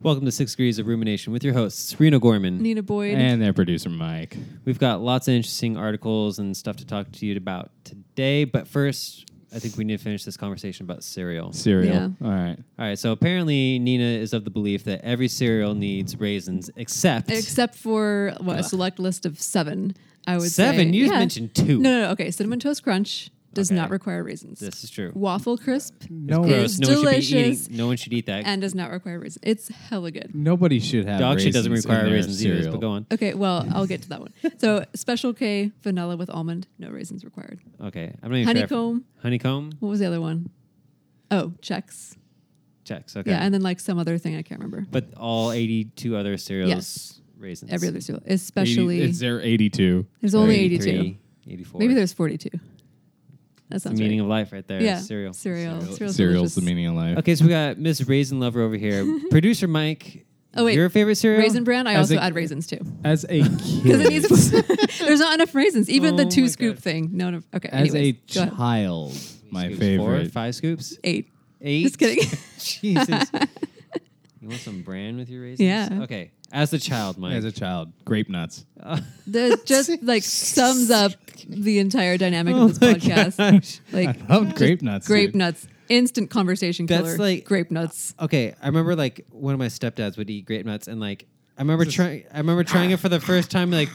Welcome to Six Degrees of Rumination with your hosts, Reno Gorman. Nina Boyd. And their producer, Mike. We've got lots of interesting articles and stuff to talk to you about today, but first, I think we need to finish this conversation about cereal. Cereal. Yeah. All right. All right, so apparently Nina is of the belief that every cereal needs raisins except Except for what, a Ugh. select list of seven, I would say. seven. You just Yeah. mentioned two. No, no, no. Okay. Cinnamon Toast Crunch does Okay. not require raisins. This is true. Waffle Crisp No, Gross. It's No one should be delicious. eating. No one should eat that. and does not require raisins. It's hella good. nobody should have. Dog shit raisins doesn't in require their raisins either. cereal. But go on. Okay, well, I'll get to that one. So, Special K vanilla with almond, no raisins required. Okay, I'm not even Sure Honeycomb. if- honeycomb What was the other one? Oh, checks. checks. Okay. Yeah, and then like some other thing I can't remember. but all 82 other cereals Yes. raisins. Every other cereal, Eighty- especially It's their 82. there's only 82. 83, 84. Maybe there's 42. That It's the sounds meaning right. of life right there. yeah, Cereal. cereal, cereal, Cereal's the meaning of life. Okay, so we got Miss Raisin Lover over here. Producer Mike. Oh, wait. Your favorite cereal? Raisin bran. I As also a- add raisins too. As a Because it kid, needs. there's not enough raisins. Even Oh the my two God. scoop thing. No, no. Okay. anyways, as a go ahead. child, my Scoops, Four, favorite. five scoops? eight. Eight? Just kidding. Jesus. You want some bran with your raisins? Yeah. Okay. As a child, Mike. As a child, grape nuts. That just like sums up the entire dynamic Oh of this my podcast. gosh. Like I love grape nuts. grape dude. nuts, instant conversation That's killer. like- grape nuts. okay, I remember like one of my stepdads would eat grape nuts, and like I remember trying. I remember trying it for the first time. Like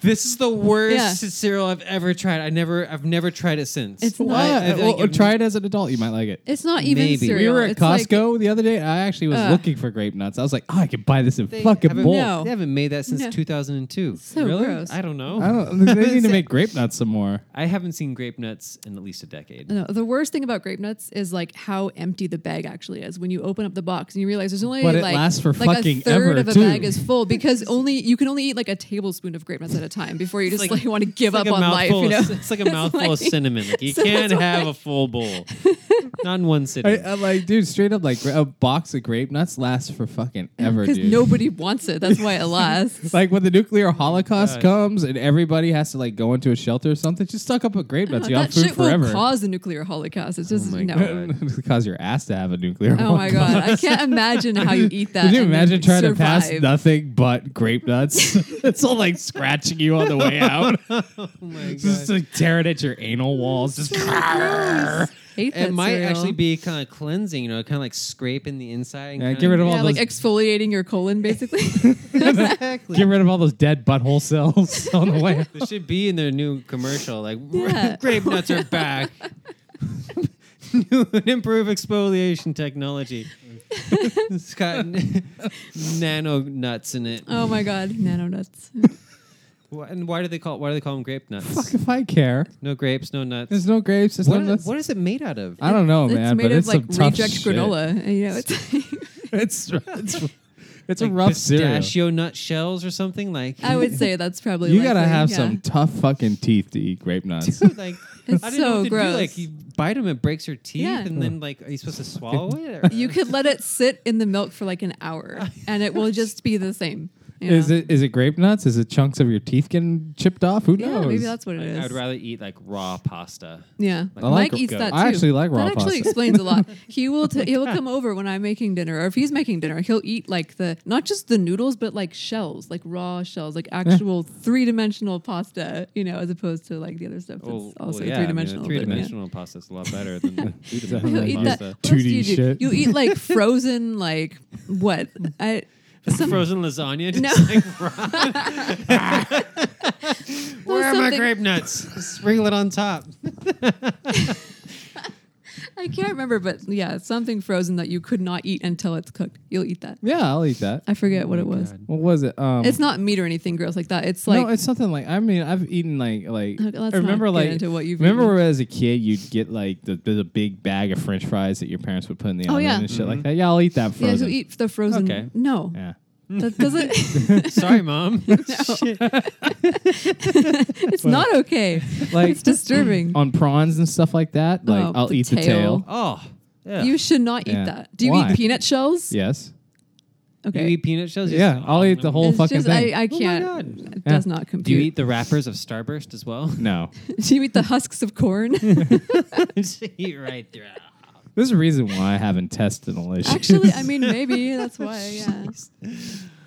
this is the worst Yeah. cereal I've ever tried. I never, I've never tried it since. It's Why? not- I- I- well, like, it- try it as an adult. You might like it. It's not even Maybe. We cereal. we were at It's like- Uh. Costco the other day. I actually was Ugh. looking for grape nuts. I was like, oh, I could buy this in They fucking haven't- bulk. No. They haven't made that since No. 2002. So really? gross. I don't know. I don't. They need to make grape nuts some more. I haven't seen grape nuts in at least a decade. No, the worst thing about grape nuts is like how empty the bag actually is when you open up the box and you realize there's only But it like, lasts for like fucking a third ever, of a too. bag is full because only you can only eat like a tablespoon of grape nuts at a time before you just like- like, want to give It's up like a on life. mouthful You know, of- it's like a mouthful of like- cinnamon. Like you So can't that's have why- a full bowl, not in one I, sitting. I like, dude, straight up, like gra- a box of grape nuts lasts for fucking ever, because dude. nobody wants it. That's why it lasts. Like when the nuclear holocaust God. comes and everybody has to like go into a shelter or something, just suck up a grape nuts. No, you have Uh, that food shit forever. will cause a nuclear holocaust. It's just Oh my no. God. cause your ass to have a nuclear. Oh my god, I can't imagine how you eat that. Can you and then imagine trying to pass survive. nothing but grape nuts? it's all like scratching you on the way out, oh my just like tearing at your anal walls. Just Hate It that might cereal. actually be kind of cleansing, you know, kind of like scraping the inside. And Yeah, kinda- get rid of all Yeah, like those- exfoliating your colon, basically. exactly. get rid of all those dead butthole cells on the way. out. This should be in their new commercial. Like, Yeah. grape nuts are back. new and improved exfoliation technology. it's got n- nano nuts in it. oh my god, nano nuts. Wh- And why do they call? Why do they call them grape nuts? Fuck if I care. No grapes, no nuts. There's no grapes. There's what, no nuts. what is it made out of? I don't know, it's Oh, man. made but of it's like some tough reject shit. granola. and, You know, it's. It's it's it's Like a rough cereal. pistachio nut shells or something like. I would say that's probably. You gotta likely, have yeah. some tough fucking teeth to eat grape nuts. Dude, like It's I didn't know so what to gross. do. Like you bite them, it breaks your teeth, Yeah. and then like, are you supposed to swallow it? Or? You could let it sit in the milk for like an hour, and it will just be the same. you Is know? it is it grape nuts? Is it chunks of your teeth getting chipped off? Who Yeah, knows? maybe that's what it I, is. I would rather eat like raw pasta. Yeah, I like Mike raw eats goat. that too. I actually like raw That actually pasta. explains a lot. He will t- he will come over when I'm making dinner, or if he's making dinner, he'll eat like the not just the noodles, but like shells, like raw shells, like actual three dimensional pasta. You know, as opposed to like the other stuff that's Oh, also three dimensional. three dimensional pasta is a lot better than two You'll dimensional eat that. pasta. What else do 2D you do? shit. You eat like frozen, like what? I, some, Frozen lasagna. Just No. like raw. Where are my something- grape nuts? Sprinkle it on top. I can't remember, but yeah, something frozen that you could not eat until it's cooked. You'll eat that. yeah, I'll eat that. I forget Oh what it was. What was it? Um, It's not meat or anything gross like that. It's like no, it's something like I mean I've eaten like like Okay, let's I remember not get like into what you've remember eaten. as a kid you'd get like the, the big bag of French fries that your parents would put in the Oh, oven yeah. and shit like that. Yeah, I'll eat that yeah, frozen. you eat the frozen. Okay. No, yeah. that doesn't. Sorry, mom. Shit. It's not okay. Like- oh, it's disturbing. on prawns and stuff like that. Like Oh, I'll the eat the tail. tail. Oh, yeah. You should not eat Yeah. that. Do you Why? eat peanut shells? Yes. Do you Okay. eat peanut shells? You Yeah, just- I'll eat the whole It's fucking just, thing. I, I my can't. God. It does Do not you compute. eat the wrappers of Starburst as well? no. Do you eat the husks of corn? just eat right through. There's a reason why I haven't intestinal issues. Actually, I mean, maybe that's why. Yeah.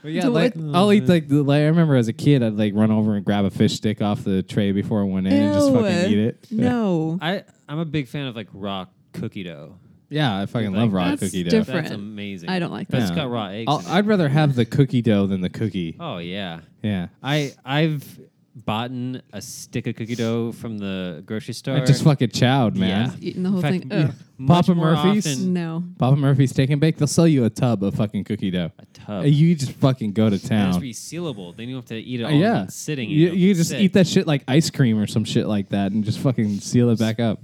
But yeah, So like what- I'll Oh, eat man. like the, like I remember as a kid, I'd like run over and grab a fish stick off the tray before I went in and just Ew. fucking eat it. No. I I'm a big fan of like raw cookie dough. Yeah, I fucking love raw That's cookie dough. different. That's amazing. I don't like That's that. got raw eggs. I'll, in it. I'd rather have the cookie dough than the cookie. oh yeah. Yeah, I I've bought a stick of cookie dough from the grocery store. I just fucking chowed, man. Eating the whole In fact, thing. Ugh. much Papa more Murphy's? often- No. Papa Murphy's Steak and Bake, they'll sell you a tub of fucking cookie dough. a tub. And You just fucking go to And town. it's resealable. Then you don't have to eat it Uh, all in yeah, one sitting. and You, don't you get just sick. eat that shit like ice cream or some shit like that, and just fucking seal it back up.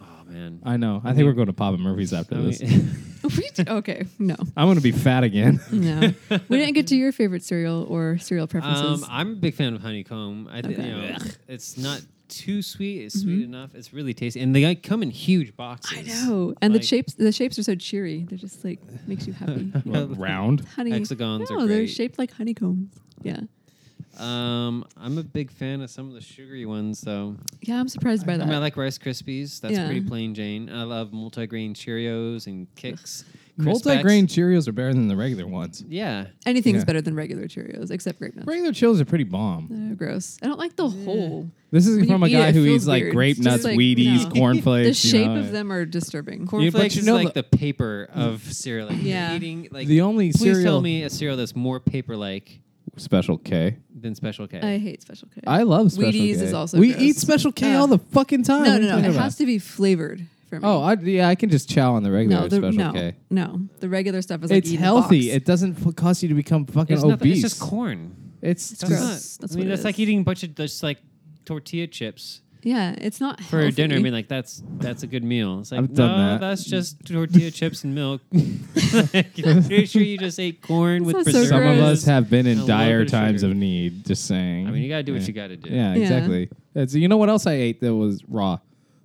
Oh man. I know. I think we're going to Papa Murphy's after I mean- um, this. We d- okay. No. I'm going to be fat again. No. We didn't get to your favorite cereal or cereal preferences. um, I'm a big fan of honeycomb. I think Okay. Mm-hmm. you know, it's not too sweet. It's sweet enough. It's really tasty, and they like, come in huge boxes. I know. And Like, the shapes the shapes are so cheery. They're just like makes you happy. What, round. Honey. Hexagons are no, they're great. shaped like honeycombs. Yeah. Um, I'm a big fan of some of the sugary ones, though. Yeah, I'm surprised by I that. mean, I like Rice Krispies. That's Yeah. pretty plain Jane. I love multigrain Cheerios and Kicks. Crisp X. Multi-grain Cheerios are better than the regular ones. Yeah. Anything's Yeah. better than regular Cheerios except grape nuts. Regular Cheerios are pretty bomb. They're gross. I don't like the whole. This is When you from a eat guy it, it who feels eats like weird. grape It's nuts, just like, Wheaties, no. cornflakes. the shape you know. of them are disturbing. Cornflakes you is know like the- the paper of cereal. Like, Yeah. yeah. Eating, like, The only please cereal- tell me a cereal that's more paper-like Special K. than Special K. I hate Special K. I love Special Wheaties K. is also we gross. eat Special K Uh, all the fucking time. no, What are no, you no. talking It about? has to be flavored for me. Oh, I, yeah, I can just chow on the regular no, the, Special no, K. no. The regular stuff is like It's eating a healthy. box. It doesn't f- cause you to become fucking it's, nothing, obese. it's just corn. It's It's That's gross. not- That's I mean, what it that's like is. eating a bunch of just like tortilla chips yeah, it's not for healthy. dinner. I mean, like that's that's a good meal. It's like I've done no, that. that's just tortilla chips and milk. like, pretty sure you just ate corn with sounds so preservatives. Some of us have been and a in little dire bit of times sugar. of need. Just saying. I mean, you gotta do what Yeah. you gotta do. Yeah, Yeah. exactly. That's, you know what else I ate that was raw?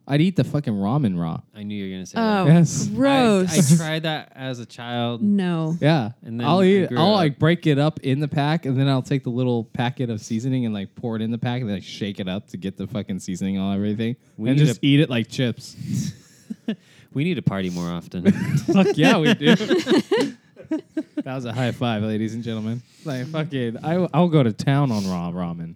I'd eat the fucking ramen raw. I knew you were gonna say oh, that. Yes. I, I gross. Mm. tried that as a child. no. Yeah, And then I'll I eat. grew I'll up. like break it up in the pack, and then I'll take the little packet of seasoning and like pour it in the pack, and then like, shake it up to get the fucking seasoning on everything, We and need just a- eat it like chips. We need to party more often. Fuck yeah, we do. that was a high five, ladies and gentlemen. Like fucking, I, I'll go to town on raw ramen.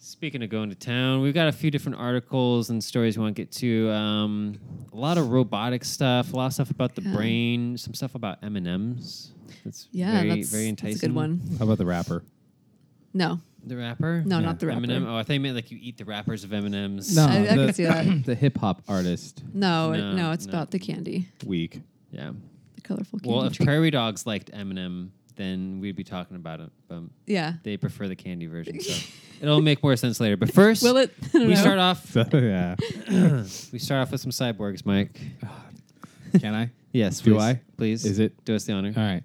Speaking of going to town, we've got a few different articles and stories we want to get to. Um, a lot of robotic stuff, a lot of stuff about the Yeah. brain, some stuff about M and M's. That's Yeah, very, that's, very enticing. that's a good one. How about the rapper? No, The rapper? No, not the rapper. Eminem. Oh, I thought you meant like you eat the wrappers of M and M's. No, I- I the, can see that. the hip hop artist no, it- oh, No, no. It's no. about the candy, week. Yeah. the colorful candy. Well, if treat. prairie dogs liked M and M, then we'd be talking about it. But yeah. they prefer the candy version, so it'll make more sense later. But first, Will it? I don't we know. start off. So yeah, We start off with some cyborgs, Mike. can I? Yes, Do please. I? Please, Is it- Do us the honor. All right.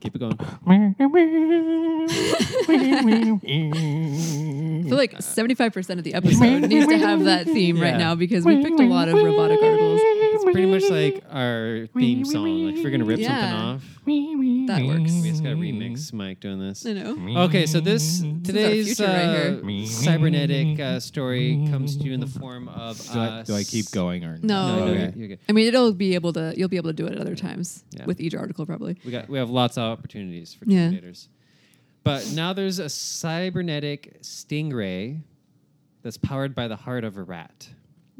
Keep it going. I feel like seventy-five percent of the episode needs to have that theme right Yeah. now because we picked a lot of robotic articles. It's pretty much like our theme song. Like if we're gonna rip something Yeah. off, That works. we just gotta remix Mike doing this. I know. Okay, so this today's future right uh, here. cybernetic uh, story comes to you in the form of. Do I, us- do I keep going or No. No, Okay. no, you're- you're good. I mean, it'll be able to. You'll be able to do it at other times Yeah. with each article, probably. We got we have lots of opportunities for Yeah. Terminators. But now there's a cybernetic stingray that's powered by the heart of a rat.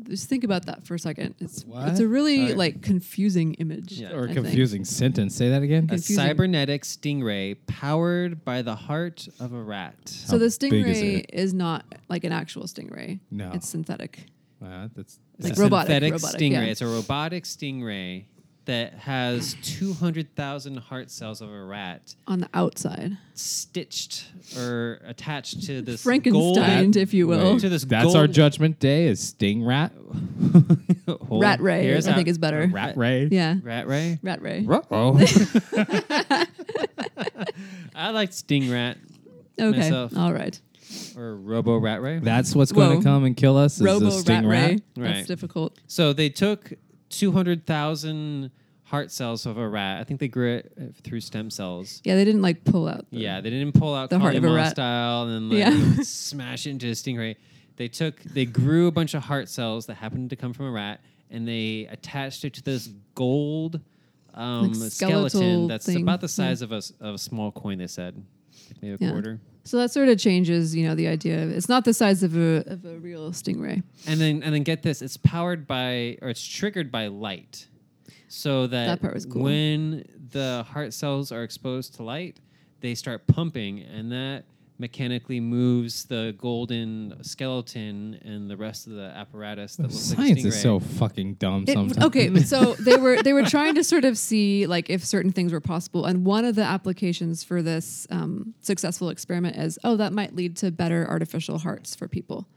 Just think about that for a second. It's What? it's a really Sorry. like confusing image. Yeah. Or I think. confusing sentence. Say that again. A Confusing. cybernetic stingray powered by the heart of a rat. So the How big is stingray it? is not like an actual stingray. No. it's synthetic. Wow, that's It's Like a robotic, synthetic robotic, stingray. yeah. It's a robotic stingray that has 200,000 heart cells of a rat on the outside. stitched or attached to this Frankenstein, golden- if you will. Wait. to this That's our gold- judgment day is Sting Rat. Hold Rat ray, yours I out. think is better. A Rat ray. Ray. Yeah. Rat ray. Rat ray. Oh. I like sting rat Okay. myself. All right. or robo rat ray. That's what's going Whoa. to come and kill us is the Robo rat Sting ray. Rat. That's Right. difficult. So they took 200,000 heart cells of a rat. I think they grew it uh, through stem cells. Yeah, they didn't like pull out. the- Yeah, they didn't pull out The heart Collie of a Moss rat. style and like Yeah. smash it into a stingray. They took, they grew a bunch of heart cells that happened to come from a rat, and they attached it to this gold um, skeleton skeletal that's thing, about the yeah. size of a s- of a small coin. They said, maybe a Yeah. quarter. So that sort of changes, you know, the idea. of It's not the size of a of a real stingray. And then and then get this, it's powered by or it's triggered by light. So that, That part was cool. when the heart cells are exposed to light, they start pumping and that mechanically moves the golden skeleton and the rest of the apparatus that looks Science like a is stingray. so fucking dumb It- sometimes. okay, but so they were they were trying to sort of see like if certain things were possible, and one of the applications for this um, successful experiment is oh that might lead to better artificial hearts for people.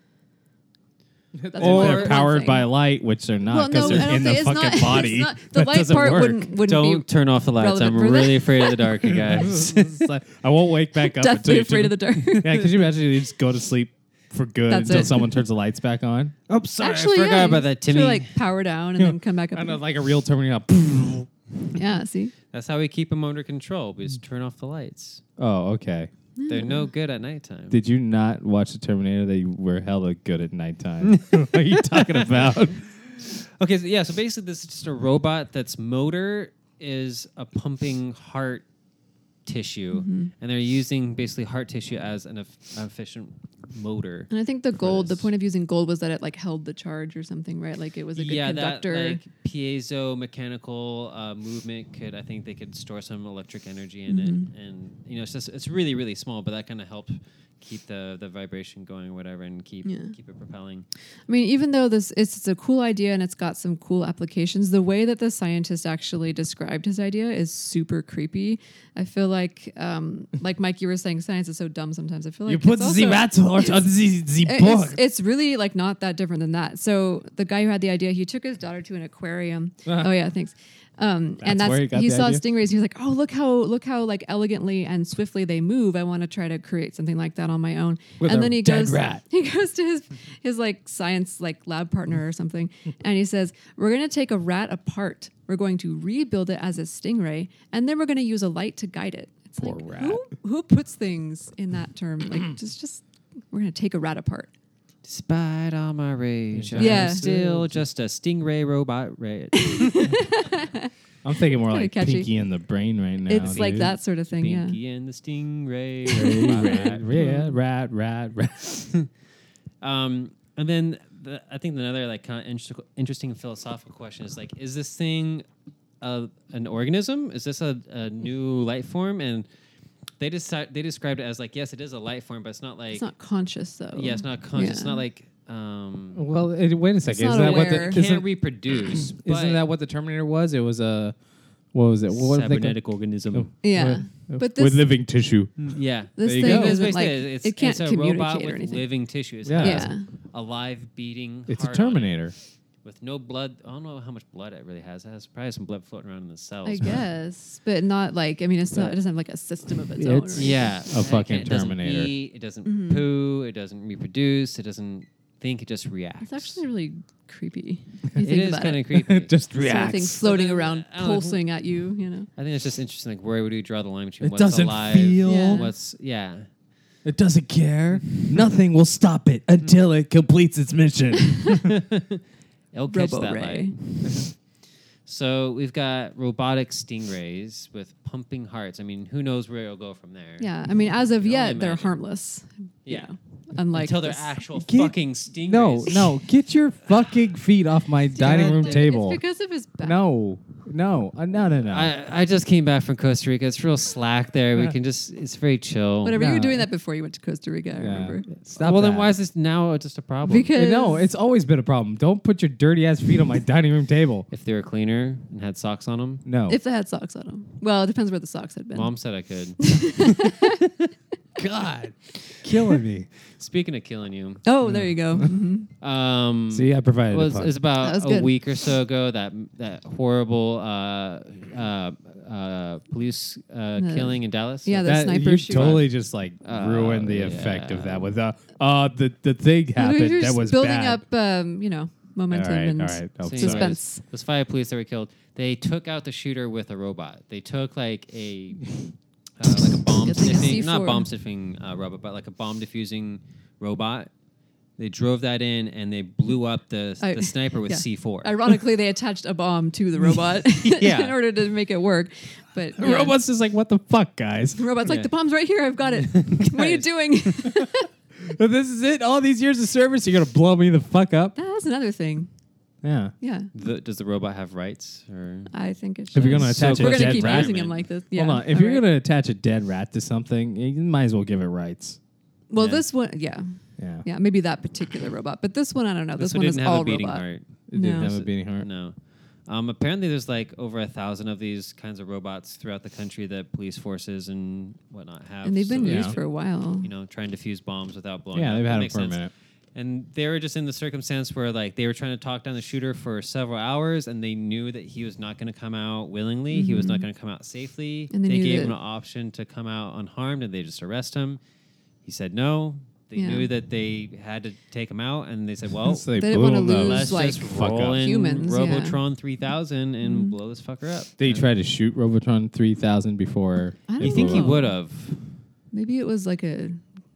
That's Or one- they're they're one powered thing. by light, which they're not because I they're don't in the think- it's fucking not- it's body. not- the That light doesn't part work. wouldn't wouldn't Don't be turn off the lights. relevant I'm for that. really afraid of the dark, you guys. It's like, I won't wake back up. until deathly you afraid of the dark. Yeah, could you imagine you just go to sleep for good That's until it. someone turns the lights back on? oh, sorry, Actually, I forgot yeah, about that, should, Timmy. like power down and then come back up. I know, again. like a real terminal. yeah, see, That's how we keep them under control. We just turn off the lights. oh, okay. They're no good at nighttime. Did you not watch the Terminator? They were hella good at nighttime. what are you talking about? Okay, so yeah, so basically this is just a robot that's motor is a pumping heart tissue Mm-hmm. and they're using basically heart tissue as an eff- efficient motor. and I think the gold. The this. point of using gold was that it like held the charge or something, right? Like it was a good yeah, conductor. that like piezo mechanical uh, movement could I think they could store some electric energy in Mm-hmm. it and you know it's just it's really really small but that kind of helps keep the the vibration going or whatever and keep Yeah. keep it propelling. I mean, even though this it's, it's a cool idea and it's got some cool applications, the way that the scientist actually described his idea is super creepy. I feel like, um, like Mike, you were saying, science is so dumb sometimes. I feel like it's also- heart on the, the it- it's, it's really like not that different than that. So the guy who had the idea, he took his daughter to an aquarium. oh yeah, thanks. Um, and Uh-huh. That's that's where he got the saw idea? stingrays. He was like, "Oh, look how look how like elegantly and swiftly they move. I want to try to create something like that on my own." With and a then he dead goes, rat. he goes to his his like science like lab partner or something, and he says, "We're gonna take a rat apart. We're going to rebuild it as a stingray, and then we're gonna use a light to guide it." It's Poor like, rat. Who, who puts things in that term? Like just just we're gonna take a rat apart. Despite all my rage, Yeah. I'm still just a stingray robot rat. I'm thinking more kinda like catchy. Pinky in the Brain right now. It's like dude. that sort of thing, Pinky yeah. and the Stingray. Rat, rat, rat, rat, rat. um, and then the, I think another like kind of inter- interesting philosophical question is like, is this thing a, an organism? Is this a, a new life form? And they decide they described it as like, yes, it is a life form, but it's not like It's not conscious though. yeah, it's not conscious. It's Yeah. not like um, Well, it, wait a second. not Isn't that what aware. the can't isn't, reproduce. isn't that what the Terminator was? It was a what was it? What uh, were they Oh. called? cybernetic organism? Mm. Yeah. With- But with this living tissue. Yeah. this There thing you go. That's isn't basically like it. It's, it it's can't a robot communicate with or anything. living tissue. It's Yeah. not Yeah. a live beating. It's a heart on it. Terminator. with no blood. I don't know how much blood it really has. It has probably some blood floating around in the cells. I but- guess. But not like I mean it's not it doesn't have like a system of its own. It's- or Yeah, A I fucking can't- it doesn't Terminator. eat, It doesn't Mm-hmm. poo. It doesn't reproduce. It doesn't think. It just reacts. It's actually really creepy. if You It think is about kind it. of creepy. Just Sort of thing reacts. floating then, around, I don't know, who- pulsing at you. You know, I think it's just interesting. Like, where would you draw the line between It what's doesn't alive? feel. Yeah. and What's yeah? It doesn't care. Nothing will stop it until it completes its mission. It'll catch Robo that Ray. light. So we've got robotic stingrays with pumping hearts. I mean, who knows where it'll go from there? Yeah, I mean, as of can only yet, they're imagine. harmless. you Yeah. know, unlike Until they're this- actual Get- fucking stingrays. no, no, get your fucking feet off my dining room It's table. because of his back. No, no, uh, no, no, no. I, I just came back from Costa Rica. It's real slack there. We can just, it's very chill. Whatever you were No. doing that before you went to Costa Rica. I Yeah. remember. Stop well, then that. Uh, why is this now just a problem? Because No, it's always been a problem. Don't put your dirty ass feet on my dining room table. if they were cleaner and had socks on them, No. if they had socks on them. Well, it depends where the socks had been. mom said I could. God, killing me. Speaking of killing you, Oh, there you go. Mhm. um, See, I provided. it a was, pun. it was about That was a good. week or so ago that that horrible uh, uh, uh, police uh, The- killing in Dallas. yeah, the that, sniper you shootout. totally just like Uh, Oh, ruined the effect yeah. of that with uh, uh the the thing You're happened just that was building bad. up, um, you know, momentum all right, and all right. Oh, Same. sorry. suspense. Those five police that were killed, they took out the shooter with a robot. They took like a uh, like a bomb Good thing it's sniffing, not C4. bomb sniffing uh, robot, but like a bomb diffusing robot. They drove that in and they blew up the I- the sniper with yeah. C four. Ironically, they attached a bomb to the robot Yeah. in order to make it work. But The yeah. robot's just like, what the fuck, guys? The robot's Yeah. like the bomb's right here. I've got it. what are you Guys. doing? this is it. All these years of service, you're gonna blow me the fuck up. That's another thing. Yeah. Yeah, The, does the robot have rights or? I think it should. If you're gonna So attach we're a we're gonna dead keep rat, using him man. like this. Yeah. hold on. If all you're right. gonna attach a dead rat to something, you might as well give it rights. well, Yeah. this one, yeah, Yeah. yeah, maybe that particular robot, but this one, I don't know. This, one, one is didn't have all a beating robot. heart. It didn't No. have a beating heart. No. Um, apparently, there's like over a thousand of these kinds of robots throughout the country that police forces and whatnot have. And they've been So, Yeah. used for a while. you know, trying to fuse bombs without blowing. Yeah, up. they've That had it makes for a sense. minute. And they were just in the circumstance where like they were trying to talk down the shooter for several hours, and they knew that he was not going to come out willingly. He was not going to come out safely. Mm-hmm. And they knew gave him that- an option to come out unharmed, and they just arrest him. He said no. They Yeah. knew that they had to take him out, and they said, "Well, So they They didn't blew wanna him up. lose, let's like, just fuck roll up. in Humans, yeah. Mm-hmm. Robotron 3000 and blow this fucker up." They And tried to shoot Robotron 3000 before. I it don't You think he blew up. know. would have? Maybe it was like a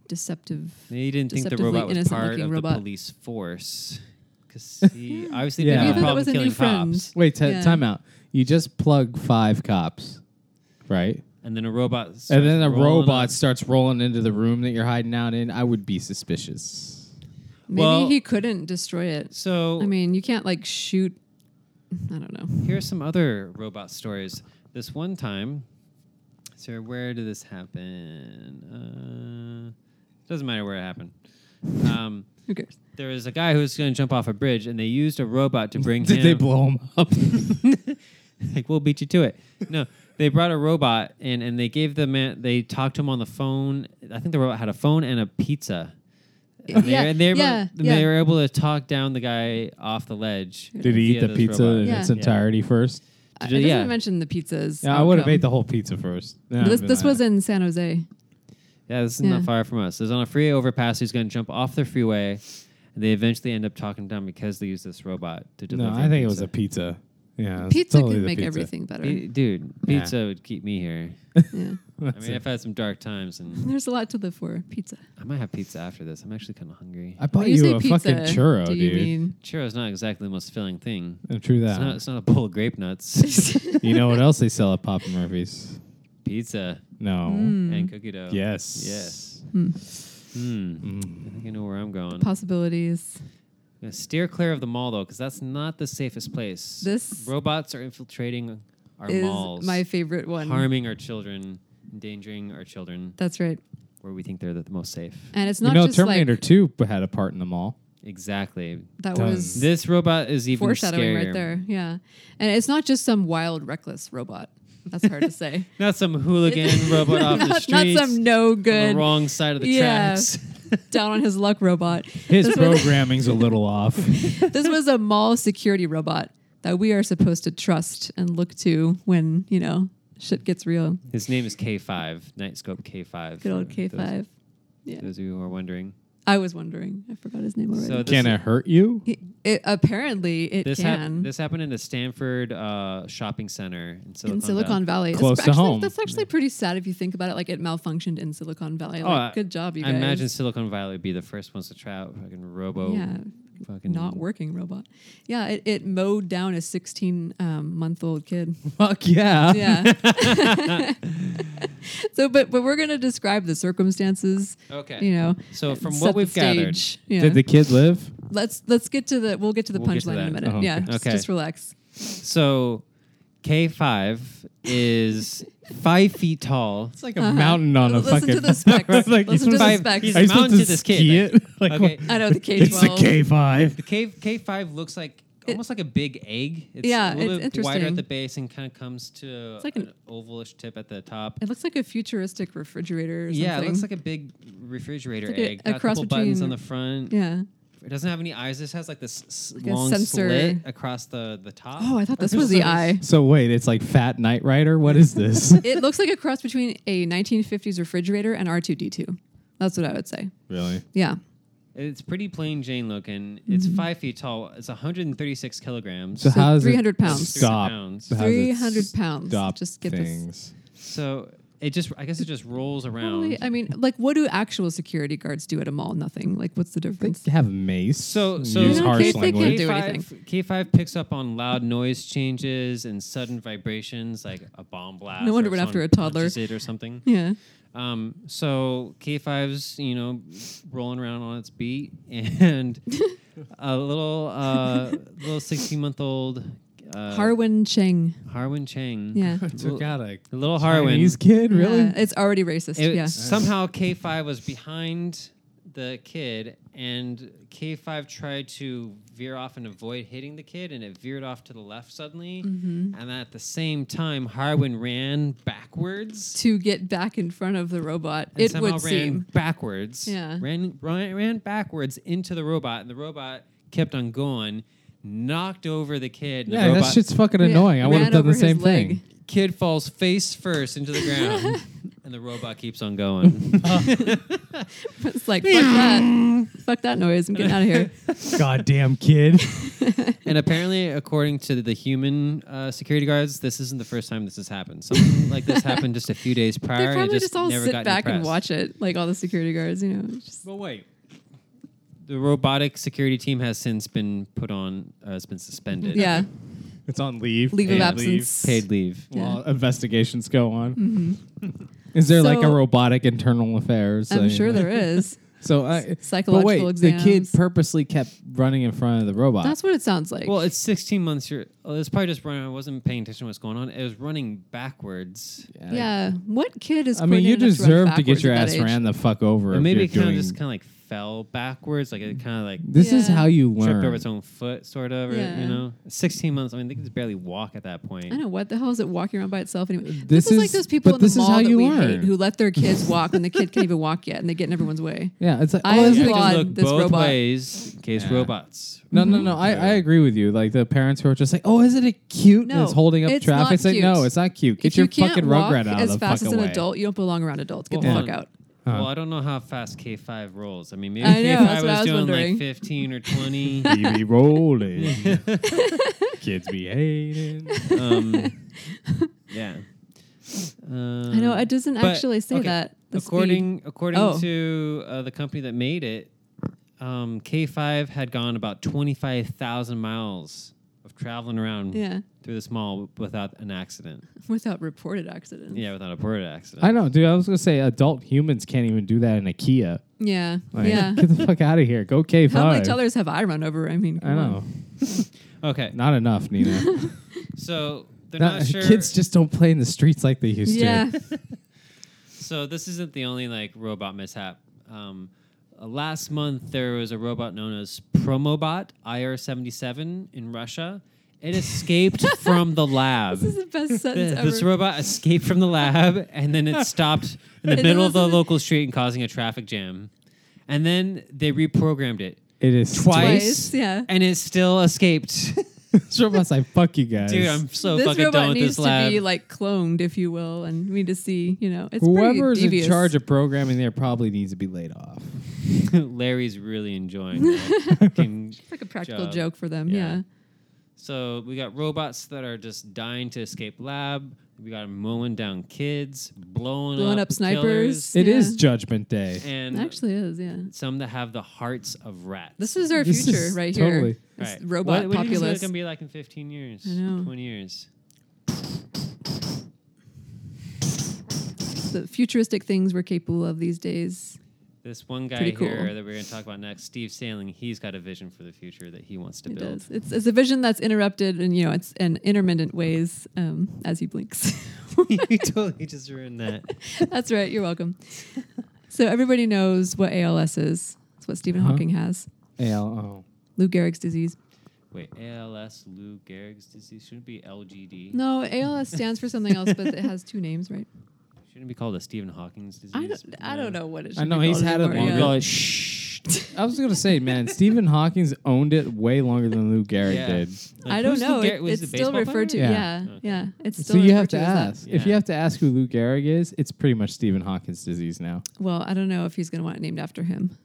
deceptive. They didn't think the Deceptively robot was part innocent-looking of robot. the police force because he obviously Yeah. didn't Maybe have a that problem was a new killing friend. cops. Wait, t- Yeah. time out. You just plug five cops, right? And then a robot. and then a starts rolling robot up. starts rolling into the room that you're hiding out in. I would be suspicious. Maybe Well- he couldn't destroy it. So I mean, you can't like shoot. I don't know. Here are some other robot stories. This one time, sir, where did this happen? Uh, doesn't matter where it happened. Um, Who cares? there was a guy who was going to jump off a bridge, and they used a robot to bring Did him. they blow him up? like we'll beat you to it. No, they brought a robot in, and they gave the man. They talked to him on the phone. I think the robot had a phone and a pizza. And they, Yeah, were- and they, were, yeah, and yeah. they were able to talk down the guy off the ledge. Did he eat via the this pizza robot. in Yeah. its Yeah. entirety first? I, I Yeah. didn't mention the pizzas. Yeah, I would have outcome. ate the whole pizza first. Yeah, This I'd be this like, was in San Jose. Yeah, this is Yeah. not far from us. There's on a freeway overpass. He's going to jump off the freeway, and they eventually end up talking down because they use this robot to deliver. No, I think it was pizza. a pizza. Yeah, it's Pizza totally could the make pizza. everything better. P- dude. Yeah. Pizza would keep me here. yeah. I mean, I've had some dark times, and There's a lot to live for. Pizza. I might have pizza after this. I'm actually kind of hungry. I bought When you, say a fucking churro, do you dude. mean- Churro's not exactly the most filling thing. Uh, True It's, not, that. it's not a bowl of grape nuts. you know what else they sell at Papa Murphy's? pizza No. Mm. and cookie dough. Yes. Yes. Hmm. Hmm. I Mm. think I know where I'm going. possibilities? I'm gonna steer clear of the mall though, because that's not the safest place. This robots are infiltrating our is malls. my favorite one. harming our children, endangering our children That's right. where we think they're the most safe. And it's You not know, just Terminator like 2 p- had a part in the mall. Exactly. that Done. was This robot is even foreshadowing scarier. right there. Yeah. And it's not just some wild, reckless robot. That's hard to say. Not some hooligan robot off not, the not streets some no on good the wrong side of the Yeah. tracks. down on his luck robot. His This was- programming's a little off. this was a mall security robot that we are supposed to trust and look to when, you know, shit gets real. His name is K5, Nightscope K5. Good old for those- K5. Those, of you who are wondering. I was wondering. I forgot his name already. So Can it hurt you? He- it, apparently, it This, hap- can. this happened in a Stanford uh, shopping center in Silicon, in Silicon Valley, That's Close to actually, home. That's actually pretty sad if you think about it. Like it malfunctioned in Silicon Valley. Oh, Like, I- good job, you I guys. imagine Silicon Valley would be the first ones to try out fucking robo. yeah, Fucking not working robot. Yeah, it, it mowed down a 16 um, month old kid. Fuck yeah. Yeah. so, but but we're gonna describe the circumstances. Okay. You know. So from set what the we've gathered, stage. yeah. Did the kid live? let's let's get to the we'll get to the We'll get to punchline in a that. Uh-huh. minute. Oh, Yeah, okay. just, Okay. just relax. So K5 is five feet tall. It's like a mountain on a Uh-huh. Listen fucking. to the specs. like, Listen you to the five- specs. Are He's you supposed mounted to this ski kid, it? Like, Okay. what- I know the K twelve. It's a K5. The K K5 looks like almost like a big egg. It's a Yeah, little it's bit wider at interesting. the base and kind of comes to It's like an, an- ovalish tip at the top. It looks like a futuristic refrigerator. Or Yeah, it something. looks like a big refrigerator It's like a- egg. a Got a, cross couple buttons on between- the front. yeah. It doesn't have any eyes. This has like this s- a long sensor. slit across the the top. Oh, I thought this was the eye. So wait, it's like Fat Knight Rider? What is this? It looks like a cross between a 1950s refrigerator and R2D2. That's what I would say. really? Yeah. It's pretty plain Jane looking. It's five feet tall. It's 136 kilograms. Mm-hmm. So, So how does 300 it pounds. Stop. 300 pounds. So how does 300 it pounds. Stop Just get this- things. So it just, I guess it just rolls around. Probably- I mean, like, what do actual security guards do at a mall? Nothing. Like, what's the difference? They have mace. So, and so use You know, harsh kids, they can't language. do K5 anything. K5 picks up on loud noise changes and sudden vibrations, like a bomb blast. No wonder or we're if after someone a toddler. punches It or something. Yeah. Um, so K5's, you know, rolling around on its beat, and a little, uh, little 16 month old uh, Harwin Cheng. Harwin Chang. Yeah. Took out a The little Chinese Harwin. kid, really? Yeah, it's already racist. It, yeah. Somehow K5 was behind the kid, and K5 tried to veer off and avoid hitting the kid, and it veered off to the left suddenly. Mm-hmm. And at the same time, Harwin ran backwards. To get back in front of the robot, And it somehow would ran seem. backwards. Yeah. Ran, ran ran backwards into the robot, and the robot kept on going, knocked over the kid. And Yeah, the that robot shit's fucking Yeah, annoying. I would have ran done the over his same leg. thing. kid falls face first into the ground, and the robot keeps on going. It's like, fuck that. fuck that noise. I'm getting out of here. Goddamn kid. And apparently, according to the human uh, security guards, this isn't the first time this has happened. Something like this happened just a few days prior. They and it probably just, just all never sit got back and repressed. watch it, like all the security guards, you know. it's Just, But wait, the robotic security team has since been put on, uh, has been suspended. yeah. it's on leave. Leave of Paid absence. paid leave. Yeah. Mm-hmm. While investigations go on. Is there like a So- robotic internal affairs? I'm thing? sure there is. So I, Psychological but wait, the kid exams. purposely kept running in front of the robot. That's what it sounds like. Well, it's 16 months. You're, oh, it's probably just running. I wasn't paying attention to what's going on. It was running backwards. yeah. What kid is? I mean, you coordinated enough run deserve to get backwards your at that ass age? ran the fuck over. And if maybe you're it kind of doing- just kind of like fell backwards. Like Mm. it kind of like This is Yeah. how you learn. tripped over its own foot, sort of. Or, Yeah. You know, 16 months. I mean, they could just barely walk at that point. I know what the hell is it walking around by itself anyway. This This, is, like is- those people but in the this is mall how that you we learn. hate who let their kids walk when the kid can't even walk yet, and they get in everyone's way. yeah, it's like I oh, You isn't have to it applaud look this both robot. ways in case Yeah. Mm-hmm. robots. No, no, no. I, I agree with you. Like the parents who are just like, "Oh, isn't it cute?" and No, it's holding up it's traffic. not It's like, cute. no, it's not cute. Get if your you can't fucking walk rugrat out as of the fast as fucking an way. adult, you don't belong around adults. Get Well, the fuck hold on. out. Well, I don't know how fast K5 rolls. I mean, maybe I know, K5 that's what was, I was doing like wondering. 15 or 20. We be rolling. Kids be hating. um, yeah. Um, I know it doesn't but- actually say okay, that. The speed. according according Oh. to uh, the company that made it, um, K5 had gone about 25,000 miles of traveling around yeah, through this mall without an accident. without reported accidents. Yeah, without a reported accident. I know, dude. I was gonna say adult humans can't even do that in a Kia. yeah, Like, yeah. Get the fuck out of here. Go K5. How much others have I run over? I mean, I come on. know. Okay, Not enough, Nina. so they're Not- not, sure. Kids just don't play in the streets like they used Yeah, to. So this isn't the only like robot mishap. Um, uh, last month there was a robot known as Promobot IR77 in Russia. It escaped from the lab. this is the best sentence Th- ever. This robot escaped from the lab and then it stopped in the And middle it of the was- local street and causing a traffic jam. And then they reprogrammed it It is twice, Twice, yeah. and it still escaped. Sure, must I fuck you guys. Dude, I'm so this fucking robot done with needs this lab. to be like cloned, if you will, and we need to see. You know, it's Whoever's pretty devious. in charge of programming there probably needs to be laid off. Larry's really enjoying that. fucking like a practical job. joke for them. Yeah. Yeah. So we got robots that are just dying to escape lab. We got 'em mowing down kids, blowing, Blowing up, up snipers. killers, It is Yeah. Judgment Day. and It actually is. Yeah. some that have the hearts of rats. This is our This future is right totally- here. This what, Robot what do you think populace. it's gonna be like in 15 years, I know. 20 years? The futuristic things we're capable of these days. This one guy Pretty cool. here that we're gonna talk about next, Steve Sailing, he's got a vision for the future that he wants to It build. does. It's, it's a vision that's interrupted and you know it's in intermittent ways um, as he blinks. you totally just ruined that. that's right. You're welcome. So everybody knows what ALS is. It's what Stephen Uh-huh. Hawking has. ALO. Lou Gehrig's disease. Wait, ALS, Lou Gehrig's disease shouldn't it be LGD. No, ALS stands for something else, but it has two names, right? Shouldn't it be called a Stephen Hawking's disease. I don't, I don't know what it. Should I know, be he's called had it anymore, longer. yeah. Well, shh. I was gonna say, man, Stephen Hawking's owned it way longer than Lou Gehrig Yeah. did. Like, I don't who's Lou know. Gehrig- It- was it's he the still baseball referred to. player? player? Yeah, Yeah. yeah. Okay. It's So still you referred have to as that. ask. If you Yeah. have to ask who Lou Gehrig is, it's pretty much Stephen Hawking's disease now. Well, I don't know if he's going to want it named after him.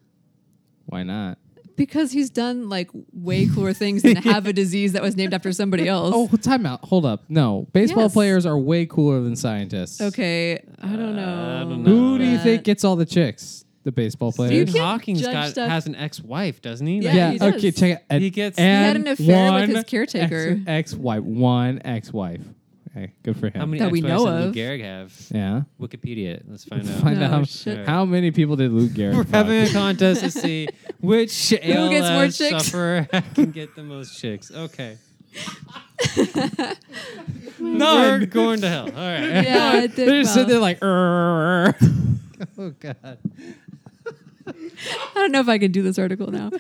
Why not? because he's done like way cooler things than have a disease that was named after somebody else. Oh, timeout. Hold up. No, baseball Yes. players are way cooler than scientists. Okay, Uh, I don't know. I don't know. Who do you that. think gets all the chicks? The baseball Stephen players. can't Hawking's judge got stuff- has an ex-wife, doesn't he? Yeah, Like, yeah. he does. okay. Check it. And- He gets- He had an and affair with one his caretaker. Ex, ex-wife. One ex-wife. Okay. Good for him. how many That we ex-wives know did Lou of. Gehrig have? Yeah. Wikipedia. Let's find out. Find No, out shit. how many people did Luke We're Garrett fuck? having a contest to see which Who more ALS chicks? sufferer can get the most chicks. Okay. no, we're going to hell. All right. Yeah, I did They just sit well. there like, "Err." Oh God. I don't know if I can do this article now.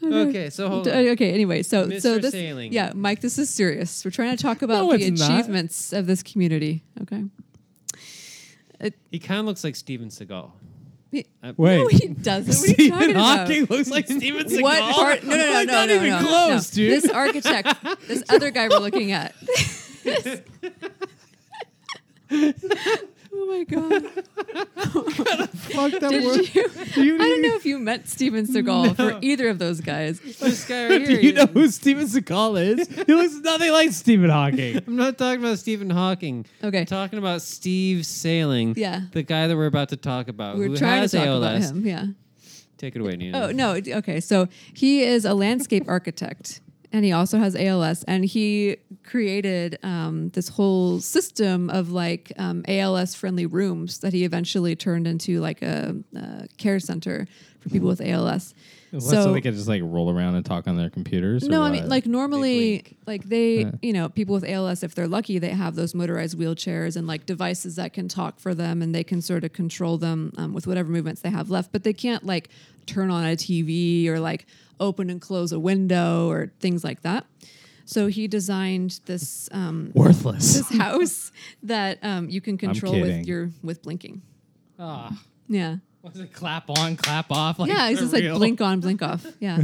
Okay, so hold D- uh, on. Okay, anyway, so so Mr. this Sailing. yeah, Mike, this is serious. We're trying to talk about No, the it's not. achievements of this community. Okay, He kind of looks like Steven Seagal. He- I- Wait. no, he doesn't. What are you talking about? Hawking looks like Steven Seagal. What part? No, no, no, Like, no, not no, even no, close, no. dude. This architect, this other guy we're looking at. oh my god! Fuck that Did word. you? Do you, I don't know if you met Steven Seagal for either of those guys. This guy right do here. you know who Steven Seagal is? He looks nothing like Stephen Hawking. I'm not talking about Stephen Hawking. Okay. I'm talking about Steve Sailing. Yeah. The guy that we're about to talk about. We're who trying has to talk ALS. about him. Yeah. Take it away, Nina. Oh no. d- Okay. So he is a landscape architect, and he also has ALS, and he created um, this whole system of like um, ALS-friendly rooms that he eventually turned into like a, uh care center for people with ALS. so, they could just like roll around and talk on their computers. or No, I mean what? like normally, blink. like they, Yeah. you know, people with ALS, if they're lucky, they have those motorized wheelchairs and like devices that can talk for them, and they can sort of control them um, with whatever movements they have left. But they can't like turn on a TV or like open and close a window or things like that. So he designed this um, worthless. this house that um, you can control kidding. with your with blinking. Ah, Yeah, what's it? Clap on, clap off. Like, yeah, it's for just like real? blink on, blink off. Yeah,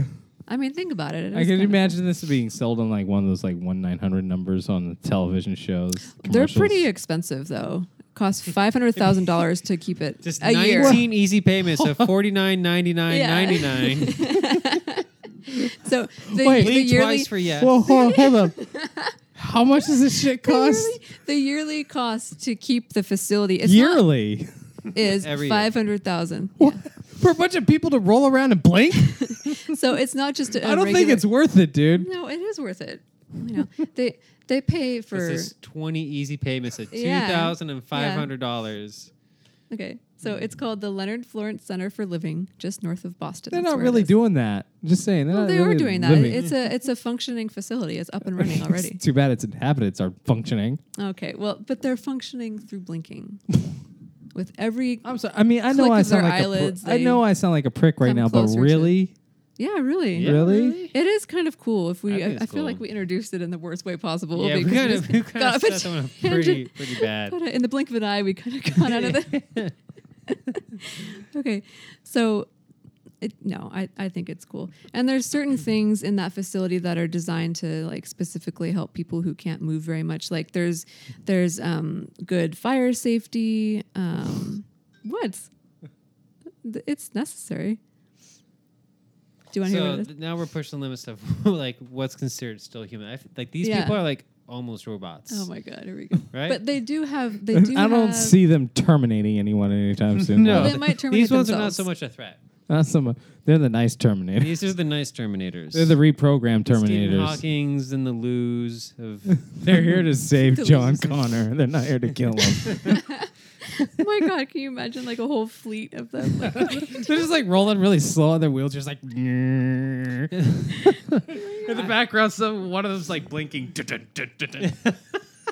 I mean, think about it. It I is can kinda- imagine this being sold on like one of those like one nine hundred numbers on the television shows. They're pretty commercials. expensive though. Cost five hundred thousand dollars to keep it Just a 19 year. easy payments of 49 99 Yeah. 99 So the, Wait. the Blink yearly twice for yes. Whoa, hold, hold up. How much does this shit cost the yearly cost to keep the facility is not, yearly is Every year. five hundred thousand. for a bunch of people to roll around and blink? So it's not just. I I don't think it's worth it, dude. No, it is worth it. You know, they they pay for. This is 20 easy payments of Yeah. $2,500. Okay, so it's called the Leonard Florence Center for Living, just north of Boston. They're That's not where it really is. doing that. Just saying, they're No, not they are really doing that. living. It's a it's a functioning facility. It's up and running It's already. too bad its inhabitants are functioning. Okay, well, but they're functioning through blinking. With every I'm sorry. I mean, I know Click I with sound their like eyelids, a pr- I they know I sound like a prick right come now, but closer to- really, yeah, really, Yeah, Really? it is kind of cool. If we, I think I, it's I feel cool. like we introduced it in the worst way possible. Yeah, we because kind we of, just we kind got of off a set someone up tangent. pretty, pretty bad. Kinda in the blink of an eye, we kind of got out of the. okay, so it, no, I, I think it's cool. And there's certain things in that facility that are designed to like specifically help people who can't move very much. Like there's there's um, good fire safety. Um, what? Th- It's necessary. Do you want to hear So what it is? th- now we're pushing the limits of like what's considered still human. I f- like these Yeah. people are like almost robots. Oh my god, here we go. Right? But they do have they I do don't have- see them terminating anyone anytime soon. no, Well, though. they might these terminate ones are not so themselves. much a threat. not so much. They're the nice Terminators. These are the nice Terminators. They're the reprogrammed Stephen Terminators. Hawking's and the Lou's of They're here to save The John losers. Connor. They're not here to kill him. Oh my god, can you imagine like a whole fleet of them? Like, They're just like rolling really slow on their wheelchairs, like. In the background, some one of them's like blinking.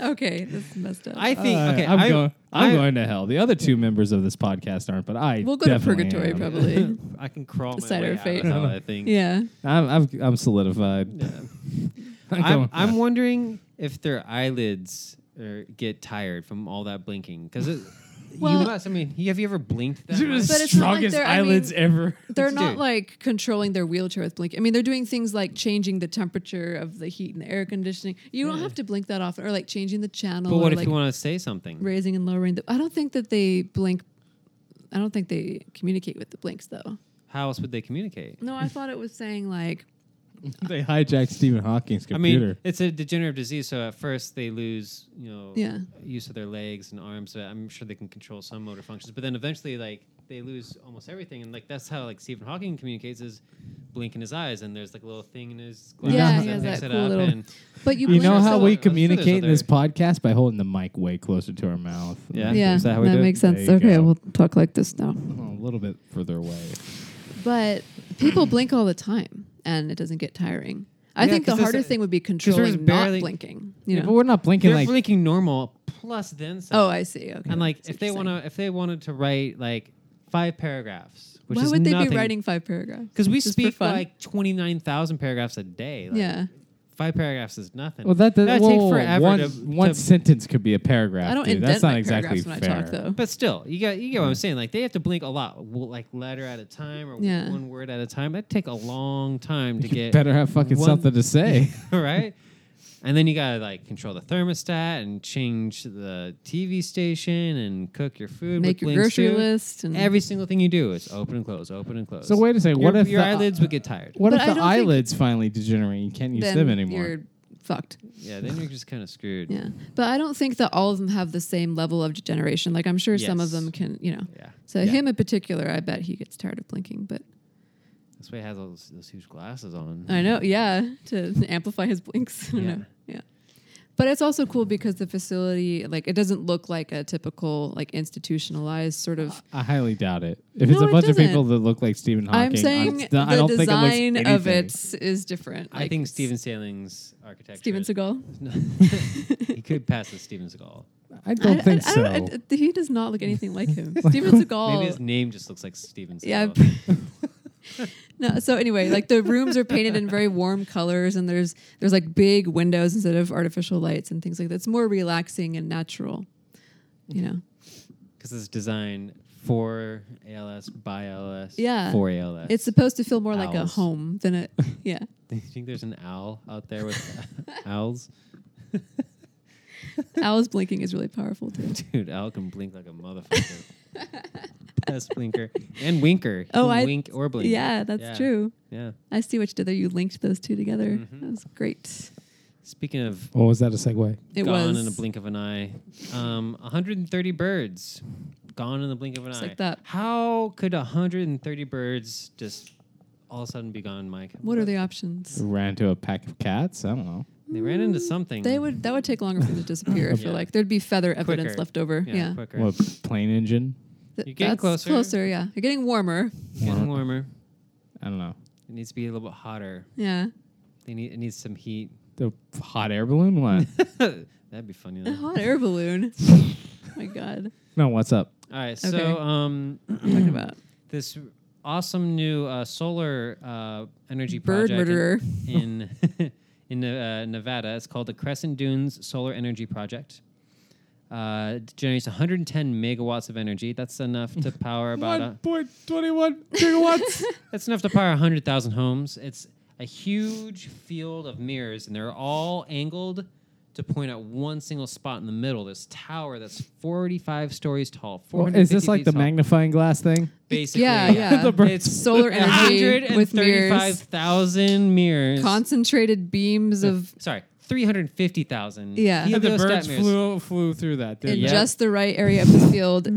okay, this is messed up. I think okay, Uh, I'm, I- go- I'm I- going to hell. The other two members of this podcast aren't, but I we'll go to definitely purgatory am. probably. I can crawl my Decide way our out fate. of hell, I think. yeah. I'm I'm, I'm solidified. Yeah. I'm I'm, going- I'm wondering if their eyelids er, get tired from all that blinking because it. Well- you must. I mean, you- have you ever blinked that These are much? the But it's not like strongest they're- I mean- eyelids ever. They're Dude. not like controlling their wheelchair with blinking. I mean, they're doing things like changing the temperature of the heat and the air conditioning. You don't have to blink that often, or like changing the channel. But what or, if like you want to say something? raising and lowering the? I don't think that they blink. I don't think they communicate with the blinks though. how else would they communicate? No, I thought it was saying like they hijacked Stephen Hawking's I computer. mean, it's a degenerative disease, so at first they lose, you know, Yeah. use of their legs and arms. But I'm sure they can control some motor functions, but then eventually, like, they lose almost everything. And like, that's how like Stephen Hawking communicates is blinking his eyes, and there's like a little thing in his glasses Yeah, that he has picks that it cool up. little- And but you, you know blink how so- we I'm sure there's communicate in this other- podcast by holding the mic way closer to our mouth. Yeah. Yeah, Is that how we do that it? makes There sense. you Okay, go. we'll talk like this now. a little bit further away. But people blink all the time, and it doesn't get tiring. I Yeah, think the 'cause this- harder thing would be we're controlling just not barely- blinking. You Yeah, but know? we're not blinking they're like blinking normal plus then some. Oh, I see. Okay. and like That's if they interesting. want to, if they wanted to write like five paragraphs, which why is would they nothing, be writing five paragraphs? Because we Just for speak fun? like twenty nine thousand paragraphs a day. Like, yeah, five paragraphs is nothing. Well, that does That'd whoa, take whoa, whoa. forever One, to- one to- sentence could be a paragraph. I don't dude. indent That's not my exactly paragraphs when fair. I talk though. But still, you got you get Hmm. what I'm saying. Like they have to blink a lot, w- like letter at a time or Yeah. one word at a time. That'd take a long time to You get better have fucking one- something to say. right. And then you gotta like control the thermostat and change the TV station and cook your food. Make with your blinks grocery too. list and Every single thing you do is open and close, open and close. so wait a second. What your, if your the, eyelids would get tired? What But I if the don't think- eyelids finally degenerate? You can't use then them anymore. You're fucked. Yeah, then you're just kind of screwed. Yeah, but I don't think that all of them have the same level of degeneration. Like I'm sure some of Yes. them can, you know. Yeah. So Yeah. him in particular, I bet he gets tired of blinking. But That's why he has all those, those huge glasses on. I know, yeah, to amplify his blinks. I don't Yeah. know. Yeah. But it's also cool because the facility, like, it doesn't look like a typical, like, institutionalized sort of. I highly doubt it. If it's No, a it bunch of doesn't. people that look like Stephen Hawking, I'm saying I don't, I don't the think it looks design of anything. it is different. I Like, think Steven Saling's architecture. Steven Seagal. Seagal. he could pass as Steven Seagal. I don't think I so. I- he does not look anything like him. Steven Seagal. Maybe his name just looks like Steven Seagal. Oh. Yeah. no, so anyway, like the rooms are painted in very warm colors and there's there's like big windows instead of artificial lights and things like that. It's more relaxing and natural. You know. because it's designed for ALS by ALS. Yeah. for ALS. It's supposed to feel more like a Owls. home than a yeah. Do you think there's an owl out there with owls? Owls blinking is really powerful too. Dude, owl can blink like a motherfucker. Best blinker and winker. Oh, Can I- wink or blink. Yeah, that's Yeah. true. yeah. I see what you did there. You linked those two together. Mhm. That was great. Speaking of Well, was that a segue? It gone was in a blink of an eye, um, 130 birds gone in the blink of an Just eye. like that. How could 130 birds just all of a sudden be gone, Mike? What are the options? Mm. Ran into a pack of cats. I don't know. They ran into something. They would that would take longer for them to disappear. I feel Yeah. like there'd be feather evidence Quicker. left over. yeah, Yeah, quicker. What plane engine? Th- You're getting that's closer. Closer, yeah. You're getting warmer. Getting warmer. I don't know. It needs to be a little bit hotter. Yeah. They need it needs some heat. The hot air balloon. What? That'd be funny. A Though. All hot air balloon. Oh my God. no. What's up? right, Okay. so um, Talking about this awesome new uh, solar uh, energy bird project in- murderer. in in uh, Nevada. It's called the Crescent Dunes Solar Energy Project. Uh, it generates 110 megawatts of energy. That's enough to power about uh, a, point twenty one gigawatts. that's enough to power 100,000 homes. It's a huge field of mirrors, and they're all angled to point at one single spot in the middle. This tower that's 45 stories tall. Well, is 450 this like feet the tall. magnifying glass thing? Basically, Yeah, yeah. The bird- It's Solar energy with mirrors. 135,000 mirrors. Concentrated beams of Sorry, 350,000. Yeah. heliostat the birds mirrors. flew flew through that. in Didn't Yeah. they? just the right area of the field.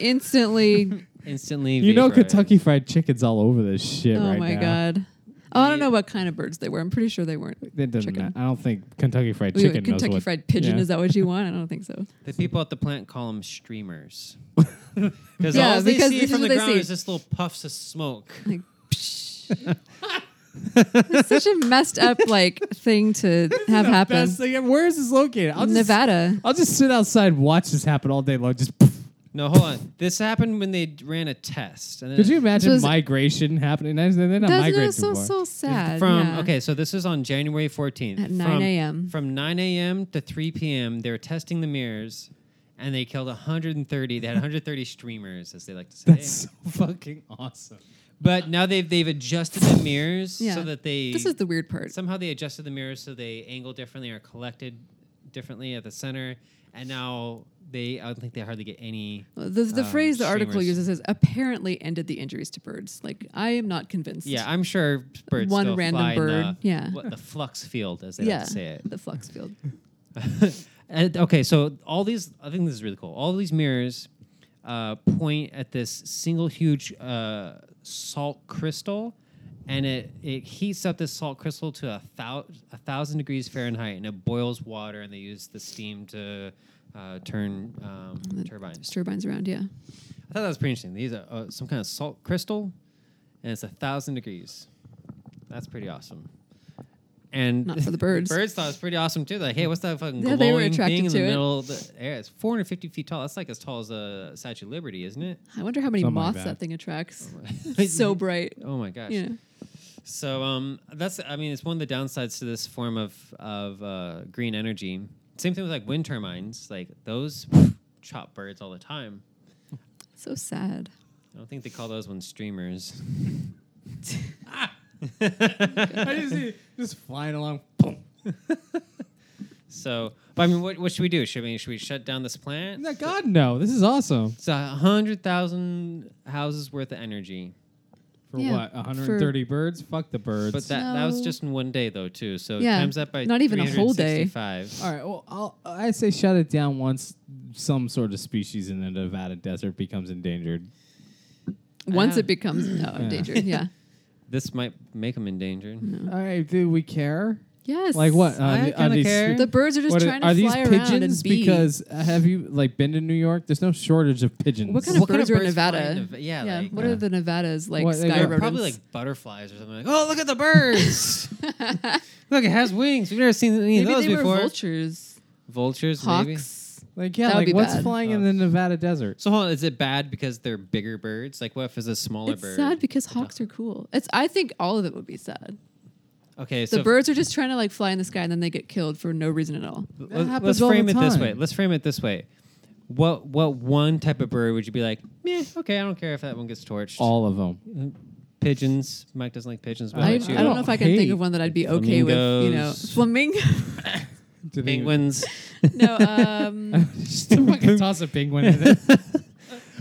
Instantly instantly. You know vaporized. Kentucky Fried Chicken's all over this shit Oh right my now. God. Oh, I don't know what kind of birds they were. I'm pretty sure they weren't. It doesn't Chicken. matter. I don't think Kentucky Fried Wait, wait, Chicken knows Kentucky what- fried pigeon, Yeah. is that what you want? I don't think so. The people at the plant call them streamers. Because Yeah, all they because see this is from the what they ground see. is just little puffs of smoke. Like, it's such a messed up like thing to have the happen. best thing ever. Where is this located? I'll Nevada. Just, I'll just sit outside and watch this happen all day long. Just poof. No, hold on. This happened when they d- ran a test. And then could you imagine was- migration happening? They're not That's migrating no, so anymore. so sad. From yeah. okay, so this is on January fourteenth At 9 a.m.. From nine a.m. to three p.m., they were testing the mirrors, and they killed 130. They had 130 streamers, as they like to say. That's so fucking awesome. But now they've they've adjusted the mirrors Yeah. so that they This is the weird part. somehow they adjusted the mirrors so they angle differently or collected differently at the center and now they I don't think they hardly get any. The, the Um, phrase the article streamers. uses is apparently ended the injuries to birds. Like I am not convinced. Yeah, I'm sure birds One still random fly in bird, The, yeah. what, the flux field as they yeah. like to say it. The flux field. And- okay, so all these, I think this is really cool. All these mirrors uh, point at this single huge uh, salt crystal, and it, it heats up this salt crystal to a, thou- a thousand degrees Fahrenheit, and it boils water, and they use the steam to uh, turn um, turbines. There's turbines around. Yeah. I thought that was pretty interesting. These are uh, some kind of salt crystal, and it's a thousand degrees. That's pretty awesome. And Not for the birds. birds thought it was pretty awesome too. Like, hey, what's that fucking Yeah, glowing they were thing attracted in the to it. middle of the air? It's 450 feet tall. That's like as tall as a Statue of Liberty, isn't it? I wonder how many Something like moths that. that. thing attracts. It's so bright. Oh my gosh. Yeah. So um, that's I mean it's one of the downsides to this form of of uh, green energy. Same thing with like wind turbines. Like those chop birds all the time. So sad. I don't think they call those ones streamers. I just see just flying along. So, but I mean, what, what should we do? Should we should we shut down this plant? No, God, no. This is awesome. It's a hundred thousand houses worth of energy, For Yeah, what? for- 130 birds? Fuck the birds. but that that was No. just in one day though too. So Yeah, times that by not even a whole day. 365. All right. Well, I'll, I say shut it down once some sort of species in the Nevada desert becomes endangered. Once Ah. it becomes no, endangered. Yeah. This might make them endangered. All right. Do we care? Yes. Like what? uh, I the- kinda these- care. The birds are just what trying are to these fly around pigeons? and be. Because uh, have you like been to New York? There's no shortage of pigeons. what kind of What kind birds of are in birds fly Nevada? in Neva- yeah, like- what Yeah. are the Nevada's like What- sky they're They're rodents? probably like butterflies or something. Like, oh, look at the birds! look, it has wings. We've never seen any Maybe of those they before. were vultures, Vultures, maybe. hawks. Like yeah, That would like be what's bad. flying in the Nevada desert? So hold on, is it bad because they're bigger birds? Like, what if it's a smaller It's bird? sad because hawks are cool. It's I think all of it would be sad. okay, The so birds are just trying to like fly in the sky and then they get killed for no reason at all. Let- happens let's all the frame it this time. way. Let's frame it this way. What what one type of bird would you be like? Meh, okay, I don't care if that one gets torched. All of them. pigeons. Mike doesn't like pigeons, but I, I, I like you. don't know if I can think hate of one that I'd be okay with. You know, flamingos. flamingo. Do they- penguins. no, um, Just fucking toss a penguin in it.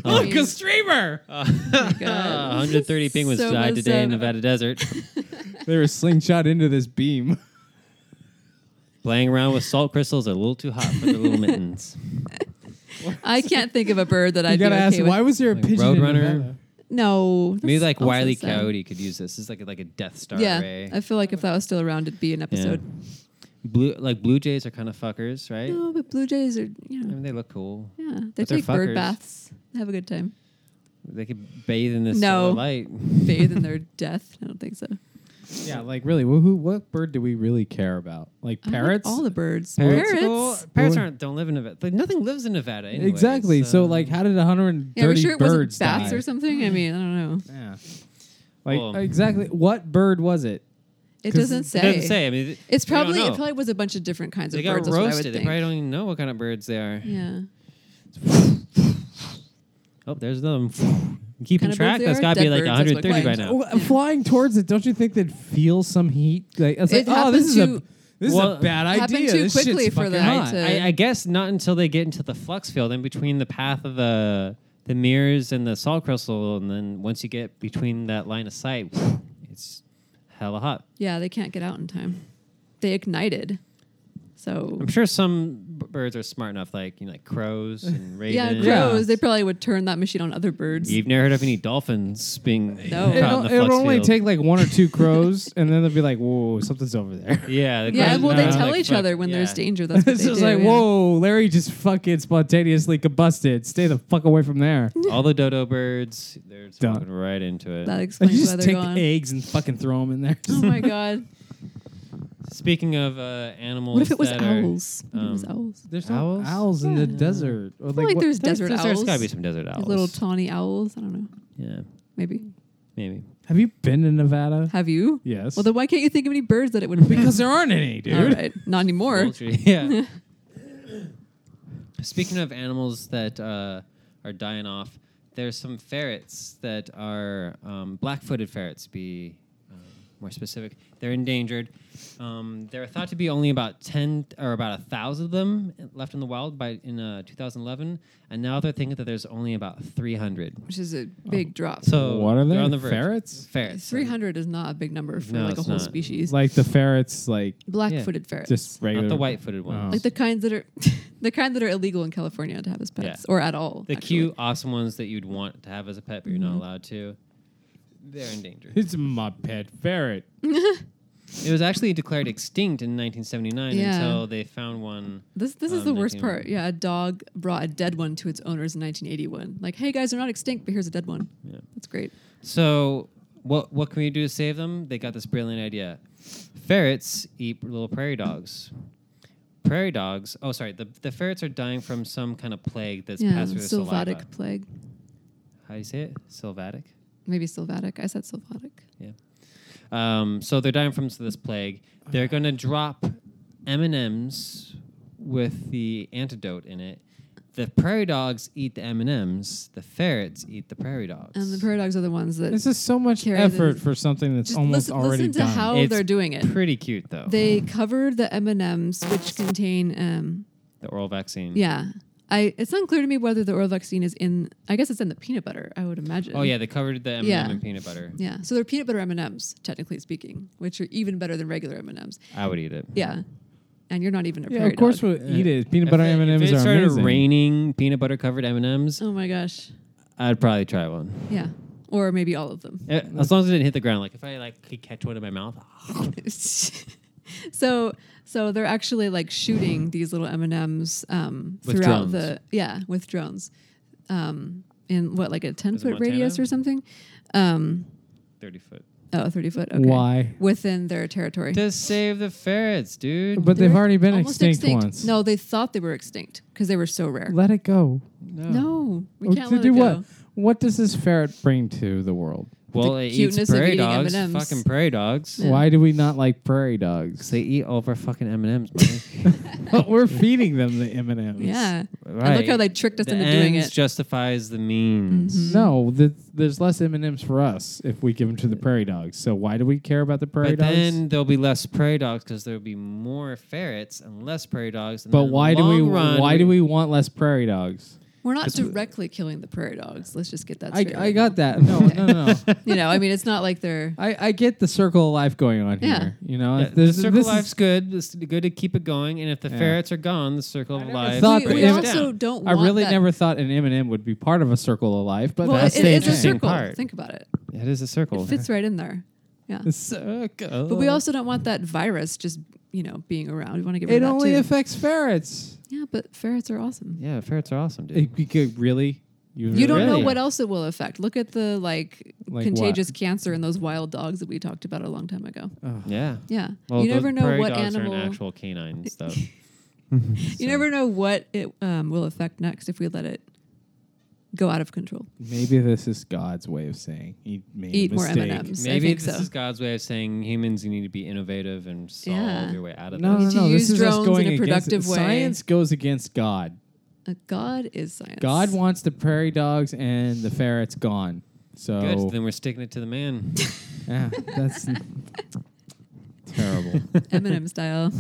Oh, Look, a streamer. oh God. 130 penguins So died today in bizarre. Nevada desert, they were slingshot into this beam. playing around with salt crystals. A little too hot for their little mittens. I can't think of a bird that You I'd be gotta okay ask, with. why was there a Like pigeon? in Roadrunner? Nevada? No, that's Maybe like also Wiley E. sad. Coyote could use this. It's like a, like a Death Star Yeah, ray. I feel like if that was still around, it'd be an Yeah. episode. Blue like blue jays are kind of fuckers, right? No, but blue jays are you I know, mean, they look cool. yeah, they But they're take bird fuckers. baths, have a good time, They could bathe in this No. solar light. bathe in their death. I don't think so. Yeah, like really, wh- who, what bird do we really care about? Like I like parrots? all the birds, Parrots, parrots. Well, parrots Or- aren't don't live in Nevada. Like, nothing lives in Nevada. Anyway, exactly. So, like, how did 130 Yeah, are we sure it wasn't birds bats die? or something? I mean, I don't know. Yeah. Like Well- exactly, what bird was it? It 'Cause doesn't it say. doesn't say. I mean, th- It's we don't probably know. it probably was a bunch of different kinds they of got birds. that's what I would roasted. They think. probably don't even know what kind of birds they are. yeah. Oh, there's them. Keeping Kind of birds track. they That's are? got to be Dead like birds, that's what 130 by kinds. now. Oh, Flying towards it, don't you think they'd feel some heat? Like, it's It like oh, this happened is a to- this Well- is a bad Happened idea. too This shit's quickly for fucking them hot. to- I, I guess not until they get into the flux field in between the path of the the mirrors and the salt crystal, and then once you get between that line of sight, it's hella hot. Yeah, they can't get out in time. They ignited. So I'm sure some b- birds are smart enough, like you know, like crows and yeah, ravens. crows. They probably would turn that machine on other birds. You've never heard of any dolphins being No. caught It in It'll, the it'll flux only field. take like one or two crows, and then they'll be like, "Whoa, something's over there." Yeah, the yeah, crows well, are they not tell like, each fuck- other when yeah. there's danger. That's what it's they just do, like, yeah. "Whoa, Larry just fucking spontaneously combusted. Stay the fuck away from there." All the dodo birds, they're Done. walking right into it. That You explains why just they're take gone. the eggs and fucking throw them in there. Oh my god! Speaking of uh, animals, what if it was that are- owls? What if it was um, owls. There's no Owls? owls in Yeah. the desert. Or feel like what- there's There's- desert there's- owls. There's got to be some desert owls. Like little tawny owls. I don't know. yeah, Maybe. maybe. Have you been to Nevada? Have you? Yes. Well, then why can't you think of any birds that it would have been? because there aren't any, dude. All right, not anymore. Poultry, Yeah. Speaking of animals that uh, are dying off, there's some ferrets that are um, black-footed ferrets. Be um, more specific. They're endangered. Um, there are thought to be only about ten or about a thousand of them left in the wild by in uh, 2011, and now they're thinking that there's only about 300. which is a big drop. Oh. So What are they're they? on the verge. Ferrets? Ferrets. Three hundred is not a big number for No, like a it's whole not. species. Like the ferrets, like Black-footed ferrets, just regular. Not the white-footed Oh. ones. like the kinds that are the kind that are illegal in California to have as pets Yeah. or at all. The actually. cute, awesome ones that you'd want to have as a pet, but you're not Mm-hmm. allowed to. They're endangered. It's my pet ferret. It was actually declared extinct in 1979 Yeah. until they found one. This this is Um, the worst 1981. part. Yeah, a dog brought a dead one to its owners in 1981. Like, hey guys, they're not extinct, but here's a dead one. Yeah. That's great. So, what what can we do to save them? They got this brilliant idea. Ferrets eat little prairie dogs. Prairie dogs. Oh, sorry. The, the ferrets are dying from some kind of plague that's yeah, passed through the saliva. sylvatic plague. How do you say it? Sylvatic. Maybe sylvatic. I said sylvatic. Um, so they're dying from this plague. They're going to drop M and M's with the antidote in it. The prairie dogs eat the M and M's. The ferrets eat the prairie dogs. And the prairie dogs are the ones that This is so much Carry effort the- for something that's just almost listen, already listen to done. how It's they're doing it. pretty cute though. They covered the M and M's, which contain um, the oral vaccine. yeah. I it's unclear to me whether the oral vaccine is in. I guess it's in the peanut butter. I would imagine. Oh yeah, they covered the M and m Yeah. in peanut butter. Yeah, so they're peanut butter M and M's, technically speaking, which are even better than regular M and M's. I would eat it. Yeah, and you're not even a yeah, prairie of course dog. we'll eat it. Peanut butter M if and M's it are started amazing. raining peanut butter covered M and M's, Oh my gosh. I'd probably try one. Yeah, or maybe all of them. Eh, As long as it didn't hit the ground. Like if I like could catch one in my mouth. ah, so so they're actually like shooting these little M and M's um, With throughout drones. the yeah with drones, um, in what like a ten Is it foot Montana? radius or something. Um, Thirty foot. oh, 30 foot. Okay. Why? within their territory? To save the ferrets, dude. But they've They're already been almost extinct, once. No, they thought they were extinct because they were so rare. let it go. No, we Oh, can't to let do it go. what? What does this ferret bring to the world? well, the it eats cuteness of prairie eating dogs. M&Ms. Fucking prairie dogs. Yeah. Why do we not like prairie dogs? They eat all of our fucking M and M's. But we're feeding them the M and M's. Yeah, and look how they tricked us the into doing ends it. Mm-hmm. Justifies the means. No, th- there's less M and M's for us if we give them to the prairie dogs. So why do we care about the prairie But dogs? then there'll be less prairie dogs because there'll be more ferrets and less prairie dogs. And but then in the why do we? long run, why do we want less prairie dogs? We're not directly killing the prairie dogs. Let's just get that I, straight. I right got that. No, no, no. no. now. you know, I mean, it's not like they're I, I get the circle of life going on Yeah. here. You know, Yeah, the Uh, This- circle this of is- life's good. It's good to keep it going. And if the Yeah. ferrets are gone, the circle of never life. thought breaks we, we that- also down. don't. I want really that. never thought an M and M would be part of a circle of life, but Well, that's it the it is a interesting circle. part. Think about it. It is a circle. It fits right in there. Yeah, circle. but we also don't want that virus just you know being around. We want to get rid it of only that too. affects ferrets. yeah, but ferrets are awesome. yeah, ferrets are awesome, dude. It, we could- really, you, You don't know Really? what else it will affect. Look at the like, Like contagious cancer in those wild dogs that we talked about a long time ago. yeah. Yeah, Well, you never those know prairie what dogs animal. are an actual canine stuff. You never know what it um, will affect next if we let it go out of control. Maybe this is God's way of saying he made Eat a more mistake. M&Ms. I Maybe think this so. is God's way of saying humans, you need to be innovative and solve Yeah. your way out of No, this. no, To no. This use is us drones going in a against- productive way. Science goes against God. Uh, God is science. God wants the prairie dogs and the ferrets gone. So Good. Then we're sticking it to the man. yeah, that's terrible. Eminem style.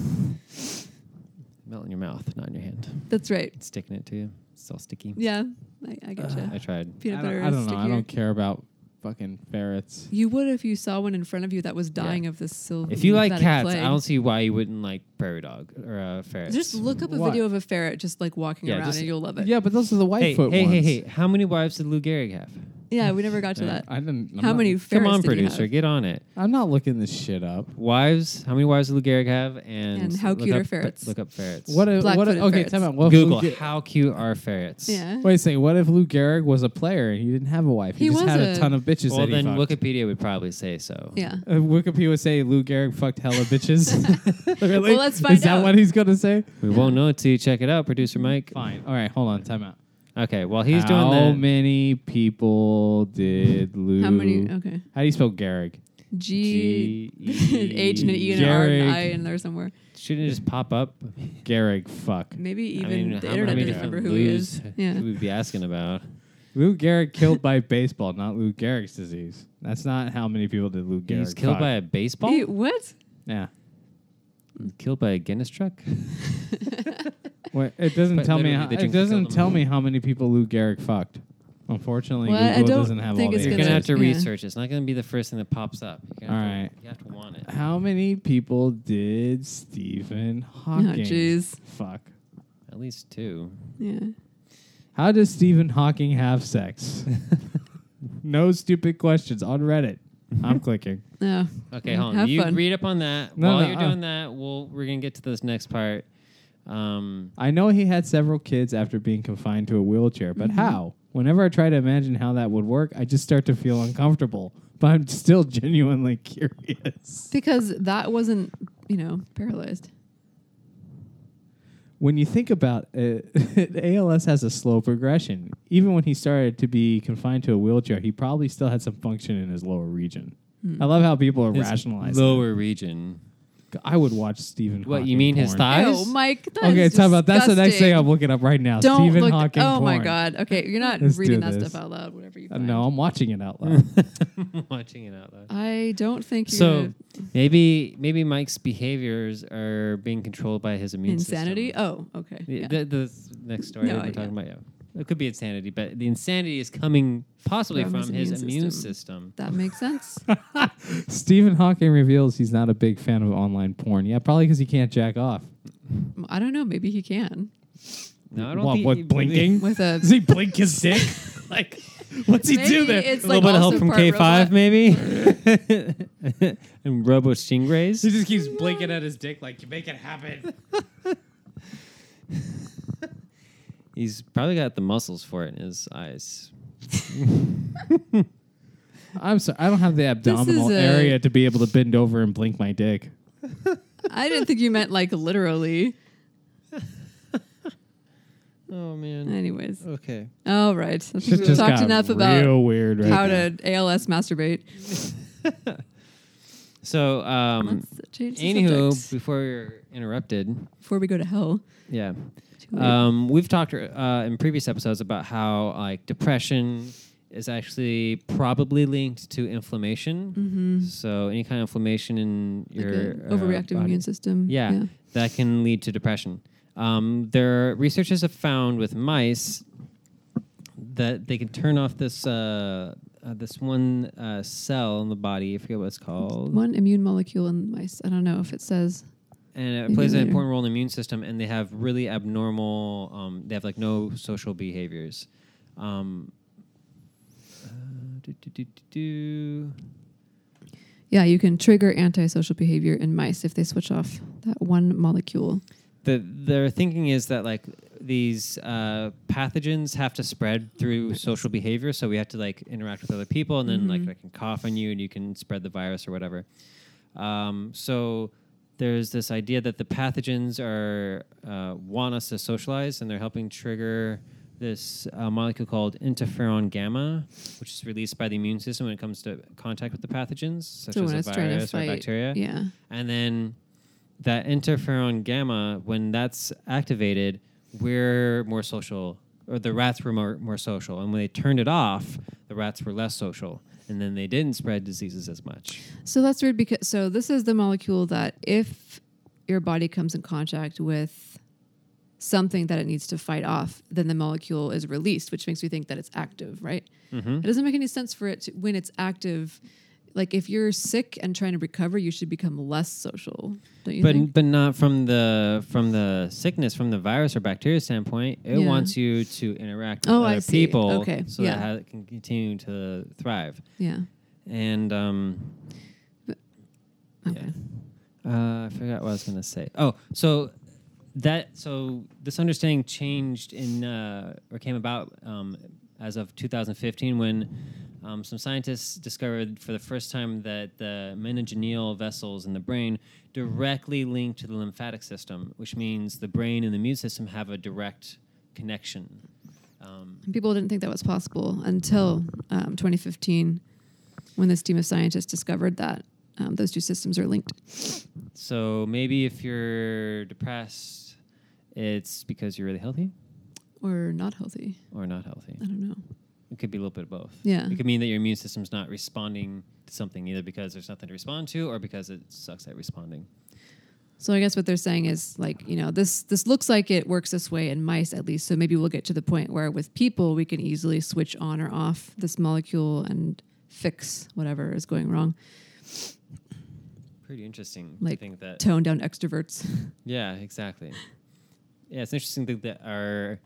Melt in your mouth, not in your hand. That's right. It's sticking it to you. It's all sticky. Yeah, I, I get Uh, I tried. Peanut I butter. don't, I is don't know. I stickier. don't care about fucking ferrets. You would if you saw one in front of you that was dying of this silver. If you like cats, I don't see why you wouldn't like prairie dog or uh, ferrets. Just look up a What? video of a ferret just like walking Yeah, around just- and you'll love it. Yeah, but those are the hey, whitefoot hey, ones. hey, hey! How many wives did Lou Gehrig have? Yeah, we never got to that. I didn't. I'm How not- many ferrets? Come on, did he have? producer, get on it. I'm not looking this shit up. Wives? How many wives did Lou Gehrig have? And, And how look cute up, are ferrets? Look up ferrets. What? A, what? Black-footed A, okay, ferrets. time out. What if Google Lou Ge- how cute are ferrets? Yeah. Wait a second. What if Lou Gehrig was a player and he didn't have a wife? He, He just was had a, a- ton of bitches. Well, that then he fucked. Wikipedia would probably say so. Yeah. Uh, Wikipedia would say Lou Gehrig fucked hella bitches. really? Well, let's find Is that out. what he's gonna say? We won't know until you check it out, producer Mike. Fine. All right. Hold on. Time out. Okay. While he's Mm-hmm. How doing that, many people did Lou? How many? Okay. How do you spell Gehrig? G, H and an E and an R and an I in there somewhere. shouldn't it just pop up? I Gehrig. Fuck. Maybe even mean, the how internet many doesn't remember who Lou's he is. Yeah. Who we'd be asking about? Lou Gehrig killed by baseball, not Lou Gehrig's disease. That's not how many people did Lou Gehrig. He's killed fuck. by a baseball. Hey, what? yeah. Killed by a Guinness truck. Wait, it doesn't But tell me. literally, How, they it drink the doesn't Golden tell Rule. me how many people Lou Gehrig fucked. Unfortunately, Well, I Google don't doesn't have think all it's the You're gonna- gonna have to yeah. research. It's not gonna be the first thing that pops up. You're gonna have to- You have to want it. How many people did Stephen Hawking Oh, jeez. fuck? At least two. Yeah. How does Stephen Hawking have sex? no stupid questions on Reddit. I'm clicking. No. Okay, Yeah, hold on. Mm, have you fun. read up on that. No, While no, you're uh. doing that, we'll we're gonna get to this next part. Um, I know he had several kids after being confined to a wheelchair, but Mm-hmm. how? Whenever I try to imagine how that would work, I just start to feel uncomfortable. But I'm still genuinely curious. Because that wasn't, you know, paralyzed. When you think about it, ALS has a slow progression. Even when he started to be confined to a wheelchair, he probably still had some function in his lower region. Hmm. I love how people are his rationalizing. lower region. I would watch Stephen. What Hawking you mean? porn. His thighs? Ew, Mike. That Okay, is talk about that's the next thing disgusting. I'm looking up right now. Don't Stephen look. Hawking. oh my porn. god. Okay, you're not Let's do reading that this. stuff out loud. Whatever you Uh, find. No, I'm watching it out loud. Watching it out loud. I don't think you're So maybe maybe Mike's behaviors are being controlled by his immune insanity. system. Oh, okay. The, yeah. the, the next story No, we're yeah. talking about. Yeah. It could be insanity, but the insanity is coming possibly from, his, immune system. That makes sense. Stephen Hawking reveals he's not a big fan of online porn. Yeah, probably because he can't jack off. I don't know. Maybe he can No, I don't what, think what he- blinking? with a. Does he blink his dick? like, what's he do Maybe there? it's A like little bit of help also from part K five, robot. maybe, and Robo Stingrays. He just keeps blinking at his dick, like, you make it happen. He's probably got the muscles for it in his eyes. I'm sorry, I don't have the abdominal a- area to be able to bend over and blink my dick. I didn't think you meant like literally. Oh man. Anyways, Okay. all right. I think Shit we've just talked got enough real about weird right how now. to ALS masturbate. So, um, Let's change the anywho, subject before you're interrupted, before we go to hell. yeah, Too late. um, we've talked uh, in previous episodes about how like depression is actually probably linked to inflammation. So any kind of inflammation in Mm-hmm. Like your an uh, overreactive body- immune system. Yeah, that can lead to depression. Um, their researchers have found with mice that they can turn off this uh, uh, this one uh, cell in the body. I forget what it's called, One immune molecule in mice. I don't know if it says. and it Maybe plays an later. important role in the immune system. And they have really abnormal. Um, they have like no social behaviors. Um, uh, do, do, do, do, do. Yeah, you can trigger antisocial behavior in mice if they switch off that one molecule. the their thinking is that like these uh, pathogens have to spread through social behavior, so we have to like interact with other people, and then like Mm-hmm. they can cough on you, and you can spread the virus or whatever. Um, so there's this idea that the pathogens are uh, want us to socialize, and they're helping trigger this uh, molecule called interferon gamma, which is released by the immune system when it comes to contact with the pathogens, such so as when a it's trying to virus or fight, bacteria. yeah, And then that interferon gamma, when that's activated, we're more social, or the rats were more, more social. And when they turned it off, the rats were less social. And then they didn't spread diseases as much. So that's weird because so this is the molecule that if your body comes in contact with something that it needs to fight off, then the molecule is released, which makes me think that it's active, right? Mm-hmm. It doesn't make any sense for it to, when it's active. Like if you're sick and trying to recover, you should become less social, don't you But think? but not from the from the sickness, from the virus or bacteria standpoint. It Yeah. wants you to interact with Oh, I other see. people, Okay, so yeah. that how it can continue to thrive. Yeah. And um, Okay. Uh, I forgot what I was gonna say. Oh, so that so this understanding changed in uh, or came about um, as of 2015 when um, some scientists discovered for the first time that the meningenial vessels in the brain directly link to the lymphatic system, which means the brain and the immune system have a direct connection. Um, And people didn't think that was possible until um, 2015 when this team of scientists discovered that um, those two systems are linked. so maybe if you're depressed, it's because you're really healthy or not healthy. or not healthy. I don't know. it could be a little bit of both. Yeah. It could mean that your immune system's not responding to something either because there's nothing to respond to or because it sucks at responding. So I guess what they're saying is like, you know, this this looks like it works this way in mice at least. So maybe we'll get to the point where with people we can easily switch on or off this molecule and fix whatever is going wrong. Pretty interesting to Like, think that. Tone down extroverts. yeah, exactly. Yeah, it's interesting that, that our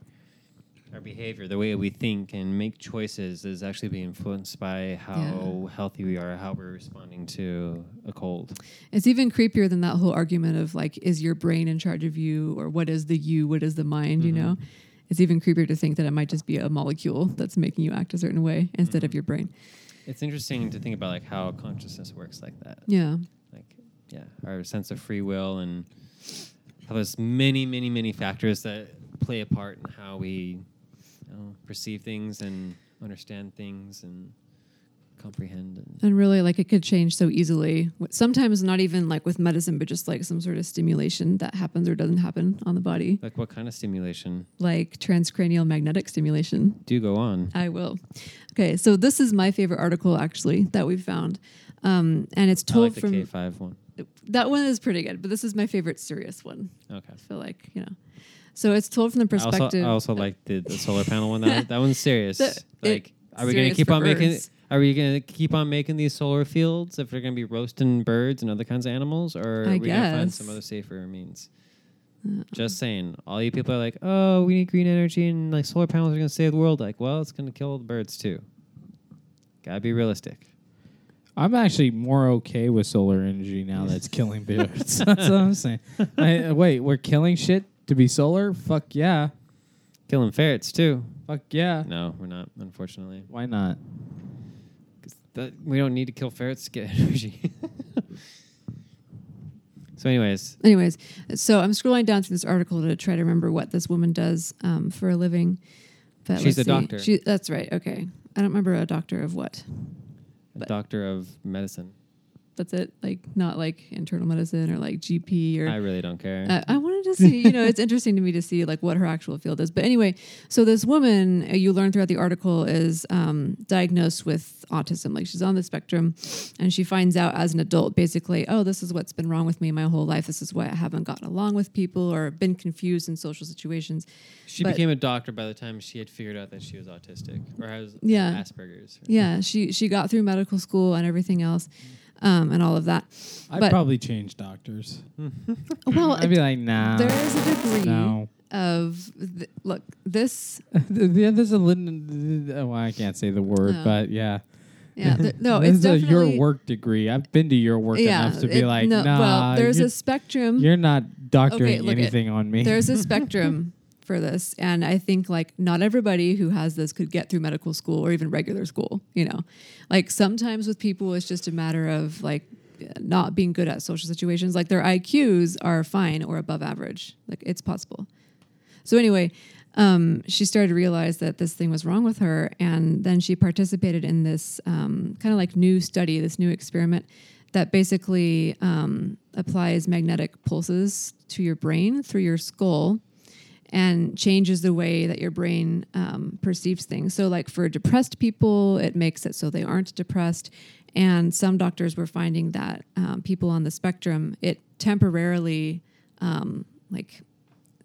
our behavior, the way we think and make choices, is actually being influenced by how healthy we are, how we're responding to a cold. It's even creepier than that whole argument of like, is your brain in charge of you or what is the you, what is the mind, you know? It's even creepier to think that it might just be a molecule that's making you act a certain way instead of your brain. It's interesting to think about like how consciousness works like that. Yeah. like yeah our sense of free will and how there's many many many factors that play a part in how we you know, perceive things and understand things and comprehend and And really, like it could change so easily. W- Sometimes not even like with medicine, but just like some sort of stimulation that happens or doesn't happen on the body, like what kind of stimulation like transcranial magnetic stimulation. do go on I will. Okay, so this is my favorite article actually that we found, um, and it's I told like the from k5 one that one is pretty good, but this is my favorite serious one. okay I feel like you know, so it's told from the I also, perspective. I also like the, the solar panel one that, that one's serious The- it- like are we gonna serious keep for on making birds. are we gonna keep on making these solar fields if they're gonna be roasting birds and other kinds of animals, or I are we gonna find guess. some other safer means? uh, Just saying, all you people are like, oh, we need green energy and like solar panels are gonna save the world. Like, well, it's gonna kill all the birds too. Gotta be realistic. I'm actually more okay with solar energy now that's killing birds. that's what I'm saying. I, uh, wait, we're killing shit to be solar? Fuck yeah. Killing ferrets too. Fuck yeah. No, we're not, unfortunately. Why not? 'Cause that- we don't need to kill ferrets to get energy. so, anyways, Anyways, so I'm scrolling down through this article to try to remember what this woman does um, for a living. But She's let's a see. doctor. She, that's right. Okay, I don't remember a doctor of what. a But- doctor of medicine. That's it. Like not like internal medicine or like GP or I really don't care. Uh, I wanted to see, you know, it's interesting to me to see like what her actual field is. But anyway, so this woman uh, you learn throughout the article is um, diagnosed with autism. Like she's on the spectrum and she finds out as an adult basically, oh, this is what's been wrong with me my whole life. This is why I haven't gotten along with people or been confused in social situations. She But- became a doctor by the time she had figured out that she was autistic or has Yeah. Asperger's. Yeah, she she got through medical school and everything else um, and all of that. I'd But- probably change doctors. Well, I'd be like, nah. there is a degree no. of th- look, this yeah, there's a little. Well, I can't say the word, No. but yeah. yeah, th- Oh. no, this it's is a definitely your work degree. I've been to your work enough to be it- like, nah. well, there's you're, a spectrum. you're not doctoring Okay, look it. anything on me. There's a spectrum for this, and I think like not everybody who has this could get through medical school or even regular school. You know, like sometimes with people, it's just a matter of like not being good at social situations. Like their IQs are fine or above average. Like it's possible. So anyway, um, she started to realize that this thing was wrong with her, and then she participated in this um, kind of like new study, this new experiment that basically um, applies magnetic pulses to your brain through your skull and changes the way that your brain um, perceives things. So, like for depressed people, it makes it so they aren't depressed. And some doctors were finding that um, people on the spectrum, it temporarily um, like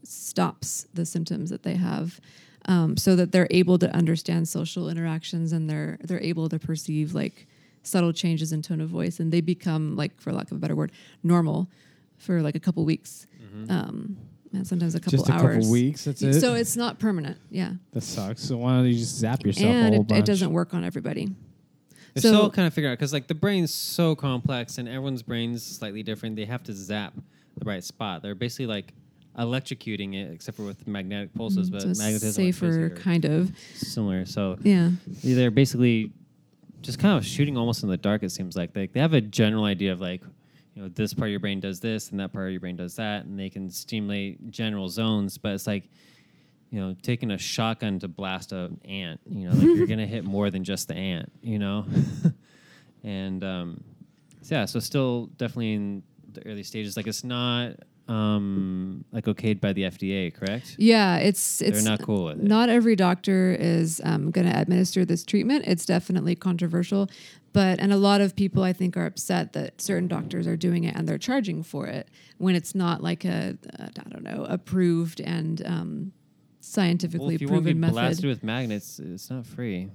stops the symptoms that they have um, so that they're able to understand social interactions and they're they're able to perceive like subtle changes in tone of voice and they become like for lack of a better word normal for like a couple weeks Mm-hmm. um, and sometimes a couple Just a hours couple weeks. That's it. so it's not permanent yeah that sucks. So why don't you just zap yourself a and whole it, bunch? it doesn't work on everybody They're So- still kind of figuring out because like the brain's so complex and everyone's brain's slightly different. They have to zap the right spot. They're basically like electrocuting it, except for with magnetic pulses, but so Mm, it's magnetism safer kind kind of similar. So yeah they're basically just kind of shooting almost in the dark. It seems like they they have a general idea of like you know this part of your brain does this and that part of your brain does that, and they can stimulate general zones. But it's like you know taking a shotgun to blast an ant. You know, like you're gonna hit more than just the ant. You know, and um, so yeah, so still definitely in the early stages. Like it's not um, like okayed by the FDA, correct? Yeah, it's it's They're not cool with it. Not every doctor is um, going to administer this treatment. It's definitely controversial, but and a lot of people I think are upset that certain doctors are doing it and they're charging for it when it's not like a uh, I don't know approved and um, well, scientifically if you want to be proven blasted method. Mm, with magnets, it's not free.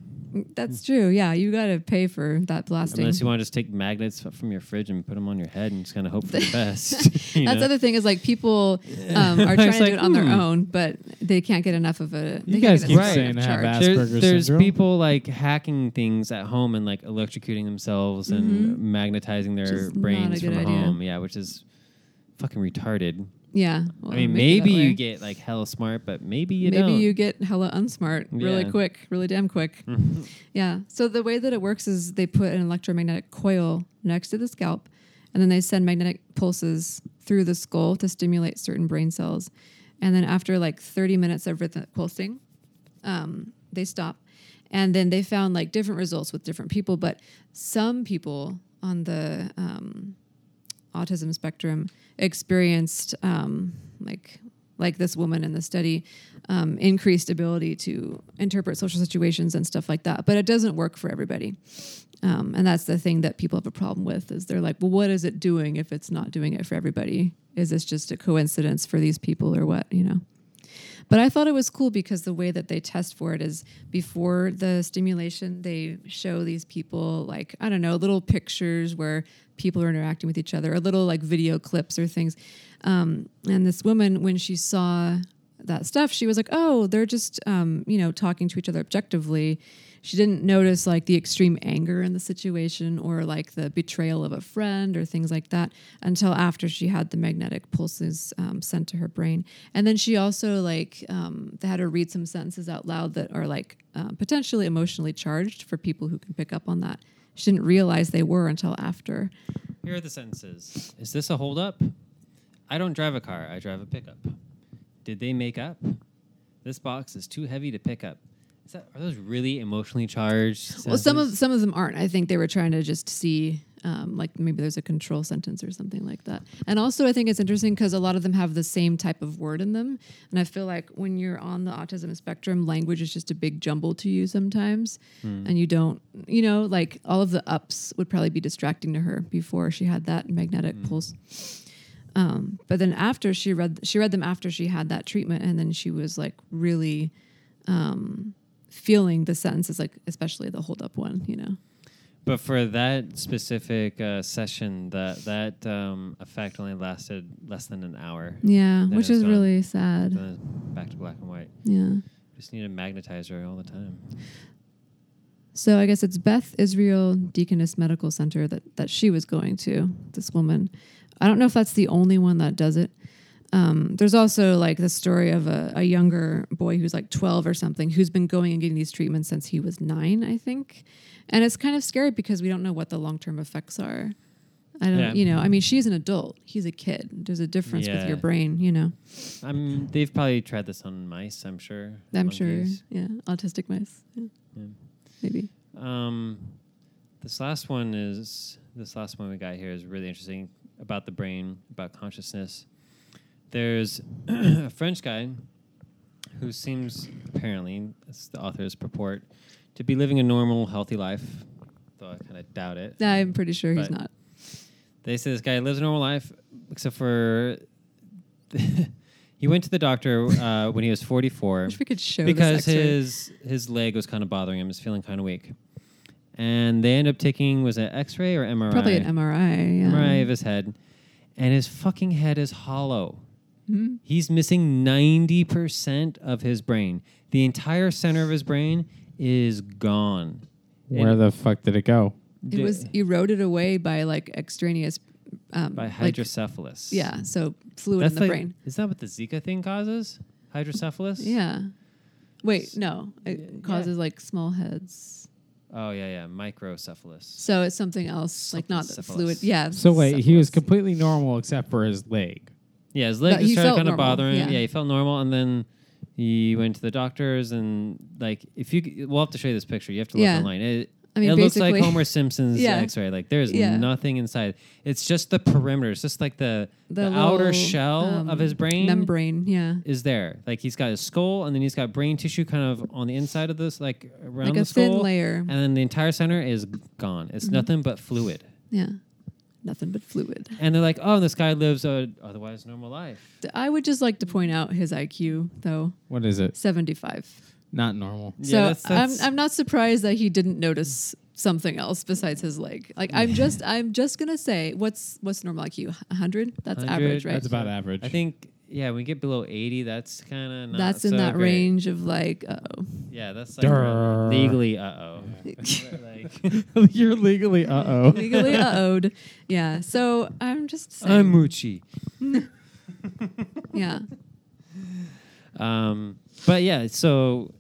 That's true. Yeah, you got to pay for that blasting. Unless you want to just take magnets f- from your fridge and put them on your head and just kind of hope for the best. you That's the know? other thing is like people um, are trying It's to like, do it on their hmm. own, but they can't get enough of it. You guys keep Right. saying I have charge. There- Asperger's there's syndrome. people like hacking things at home and like electrocuting themselves and magnetizing their Mm-hmm. is not a brains good from idea. home. Yeah, which is fucking retarded. Yeah, I well, mean, make it that maybe you way. get like hella smart, but maybe you maybe don't. you get hella unsmart really Yeah. quick, really damn quick. yeah. So the way that it works is they put an electromagnetic coil next to the scalp, and then they send magnetic pulses through the skull to stimulate certain brain cells. And then after like 30 minutes of rhythmic pulsing, um, they stop and then they found like different results with different people but some people on the um, autism spectrum experienced um, like like this woman in the study um, increased ability to interpret social situations and stuff like that but it doesn't work for everybody um, and that's the thing that people have a problem with is they're like well what is it doing if it's not doing it for everybody is this just a coincidence for these people or what you know but I thought it was cool because the way that they test for it is before the stimulation, they show these people like, I don't know, little pictures where people are interacting with each other or little like video clips or things. Um, and this woman, when she saw that stuff, she was like, oh, they're just, um, you know, talking to each other objectively. She didn't notice like the extreme anger in the situation or like the betrayal of a friend or things like that until after she had the magnetic pulses um, sent to her brain. And then she also like, um, they had her read some sentences out loud that are like uh, potentially emotionally charged for people who can pick up on that. She didn't realize they were until after. Here are the sentences. Is this a holdup? I don't drive a car. I drive a pickup. Did they make up? This box is too heavy to pick up. Is that, are those really emotionally charged? Well, some of sentences? some of them aren't. I think they were trying to just see, um, like maybe there's a control sentence or something like that. And also, I think it's interesting because a lot of them have the same type of word in them. And I feel like when you're on the autism spectrum, language is just a big jumble to you sometimes, and you don't, you know, like all of the ups would probably be distracting to her before she had that magnetic pulse. Um, but then after she read she read them after she had that treatment, and then she was like really feeling the sentences, like especially the hold up one, you know. But for that specific uh, session, that that um, effect only lasted less than an hour. Yeah, Then which it's is gone. really sad. Then it's back to black and white. Yeah. Just need a magnetizer all the time. So I guess it's Beth Israel Deaconess Medical Center that, that she was going to, this woman. I don't know if that's the only one that does it. Um, there's also like the story of a, a younger boy who's like 12 or something who's been going and getting these treatments since he was nine, I think. And it's kind of scary because we don't know what the long term effects are. I don't, Yeah. you know, I mean, she's an adult, he's a kid. There's a difference with Yeah. your brain, you know. I'm. They've probably tried this on mice. I'm sure. I'm sure. monkeys. Yeah, autistic mice. Yeah. Yeah. Maybe. Um, this last one is this last one we got here is really interesting about the brain, about consciousness. There's a French guy who seems apparently, as the authors purport, to be living a normal, healthy life. Though I kind of doubt it. I'm pretty sure he's But- not. They say this guy lives a normal life, except for he went to the doctor uh, when he was 44 I wish we could show because this X-ray. his his leg was kind of bothering him. He was feeling kind of weak, and they end up taking was it X-ray or MRI? probably an MRI. Yeah. MRI of his head, and his fucking head is hollow. Mm-hmm. He's missing ninety percent of his brain. The entire center of his brain is gone. Where And the fuck did it go? It was eroded away by like extraneous. Um, by like- hydrocephalus. yeah, so fluid in the like, brain. Is that what the Zika thing causes? Hydrocephalus? Yeah. Wait, no, it causes like small heads. Oh yeah, yeah. Microcephalus. So it's something else, like not the Something fluid. syphilis. Yeah. So wait, he was syphilis. completely normal except for his leg. Yeah, his But leg just he started felt kind of normal, bothering him. yeah. Yeah. he felt normal, and then he went to the doctors and like if you c- we'll have to show you this picture. You have to look Yeah. online. It, I mean, it looks basically, like Homer Simpson's Yeah. X-ray. Like there's Yeah. nothing inside. It's just the perimeter. It's just like the the, The outer little, shell of um, his brain membrane. Yeah, is there. Like he's got his skull, and then he's got brain tissue kind of on the inside of this, like around like the a thin skull, layer. Mm-hmm. and then the entire center is gone. It's nothing but fluid. Yeah, nothing but fluid. And they're like, oh, this guy lives a otherwise normal life. I would just like to point out his IQ though, What is it? seventy five. Not normal. Yeah, So that's- that's- I'm I'm not surprised that he didn't notice something else besides his leg. Like I'm just I'm just gonna say what's what's normal IQ? hundred? That's 100, average, right? That's about average. I think yeah, when we get below eighty, that's kind of not That's in so that great. range of like oh Yeah, that's like around Durr. legally uh oh. like, you're legally uh oh. legally uh owed. Yeah. So I'm just saying I'm Moochie. Yeah. Um, but yeah, so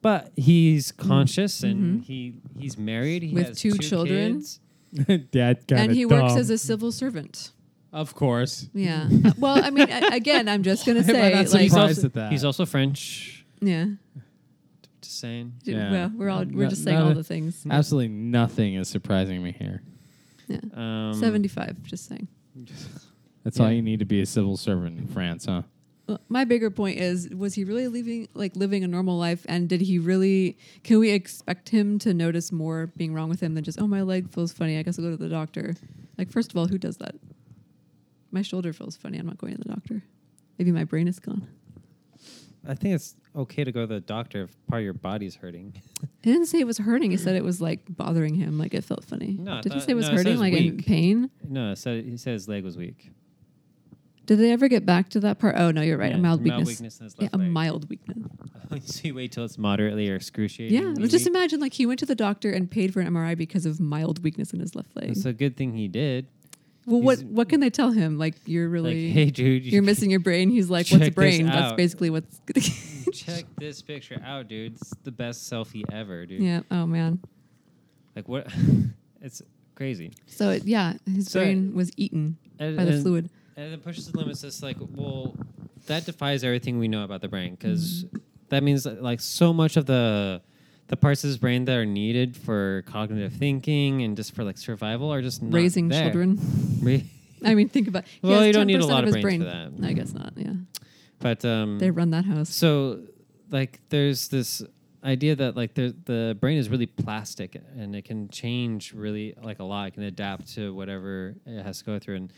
but he's conscious and he he's married. He Mm-hmm. With has two children. kids. Dad got and he works as a civil servant. Of course. Yeah. Uh, well, I mean, I, again, I'm just gonna Why am say, I not like, He's surprised? also, at that. he's also French. yeah. Just saying. Yeah. Well, we're all we're No- just saying no- all the things. Absolutely nothing is surprising me here. Yeah. Um, Seventy-five. Just saying. That's Yeah. all you need to be a civil servant in France, huh? Well, My bigger point is: was he really living like living a normal life? And did he really? Can we expect him to notice more being wrong with him than just "oh, my leg feels funny"? I guess I'll go to the doctor. Like, first of all, who does that? My shoulder feels funny. I'm not going to the doctor. Maybe my brain is gone. I think it's okay to go to the doctor if part of your body's hurting. He didn't say it was hurting. He said it was like bothering him. Like it felt funny. No, I Did he thought- say it was no, it hurting? says Like in weak. pain? No, so he said his leg was weak. Did they ever get back to that part? Oh no, you're right. Yeah, a mild mild weakness. weakness in his yeah, left a leg. mild weakness. so you wait till it's moderately or excruciating. Yeah, weak. just imagine like he went to the doctor and paid for an MRI because of mild weakness in his left leg. It's a good thing he did. well, what he's- what can they tell him? Like you're really like, hey, dude, you you're missing your brain. He's like, what's a check this brain? That's out. basically what's. Check this picture out, dude. It's the best selfie ever, dude. yeah. Oh man. Like what? it's crazy. So it, yeah, his So- brain was eaten And, by the and- fluid. And it pushes the limits. It's like, well, that defies everything we know about the brain because Mm-hmm. that means that, like so much of the the parts of his brain that are needed for cognitive thinking and just for like survival are just not Raising there. children. Ra- I mean, think about. he Well, has you don't need a 10% lot of his brains brain. for that. I guess not. Yeah, But um, they run that house. so like there's this idea that like the the brain is really plastic and it can change really like a lot it can adapt to whatever it has to go through and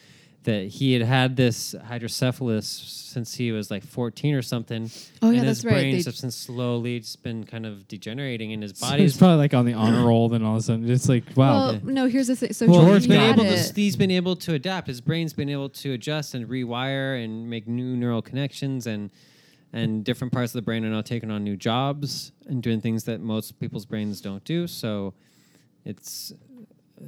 that he had had this hydrocephalus since he was like 14 or something Oh, yeah, and his that's right. brain They- has been slowly just been kind of degenerating and his So body's he's probably like on the honor roll, then all of a sudden, it's like, wow. Well, no. Here's the thing. So Well, Well, George he's George been had able it. to, he's been able to adapt. His brain's been able to adjust and rewire and make new neural connections and and different parts of the brain are now taking on new jobs and doing things that most people's brains don't do. So it's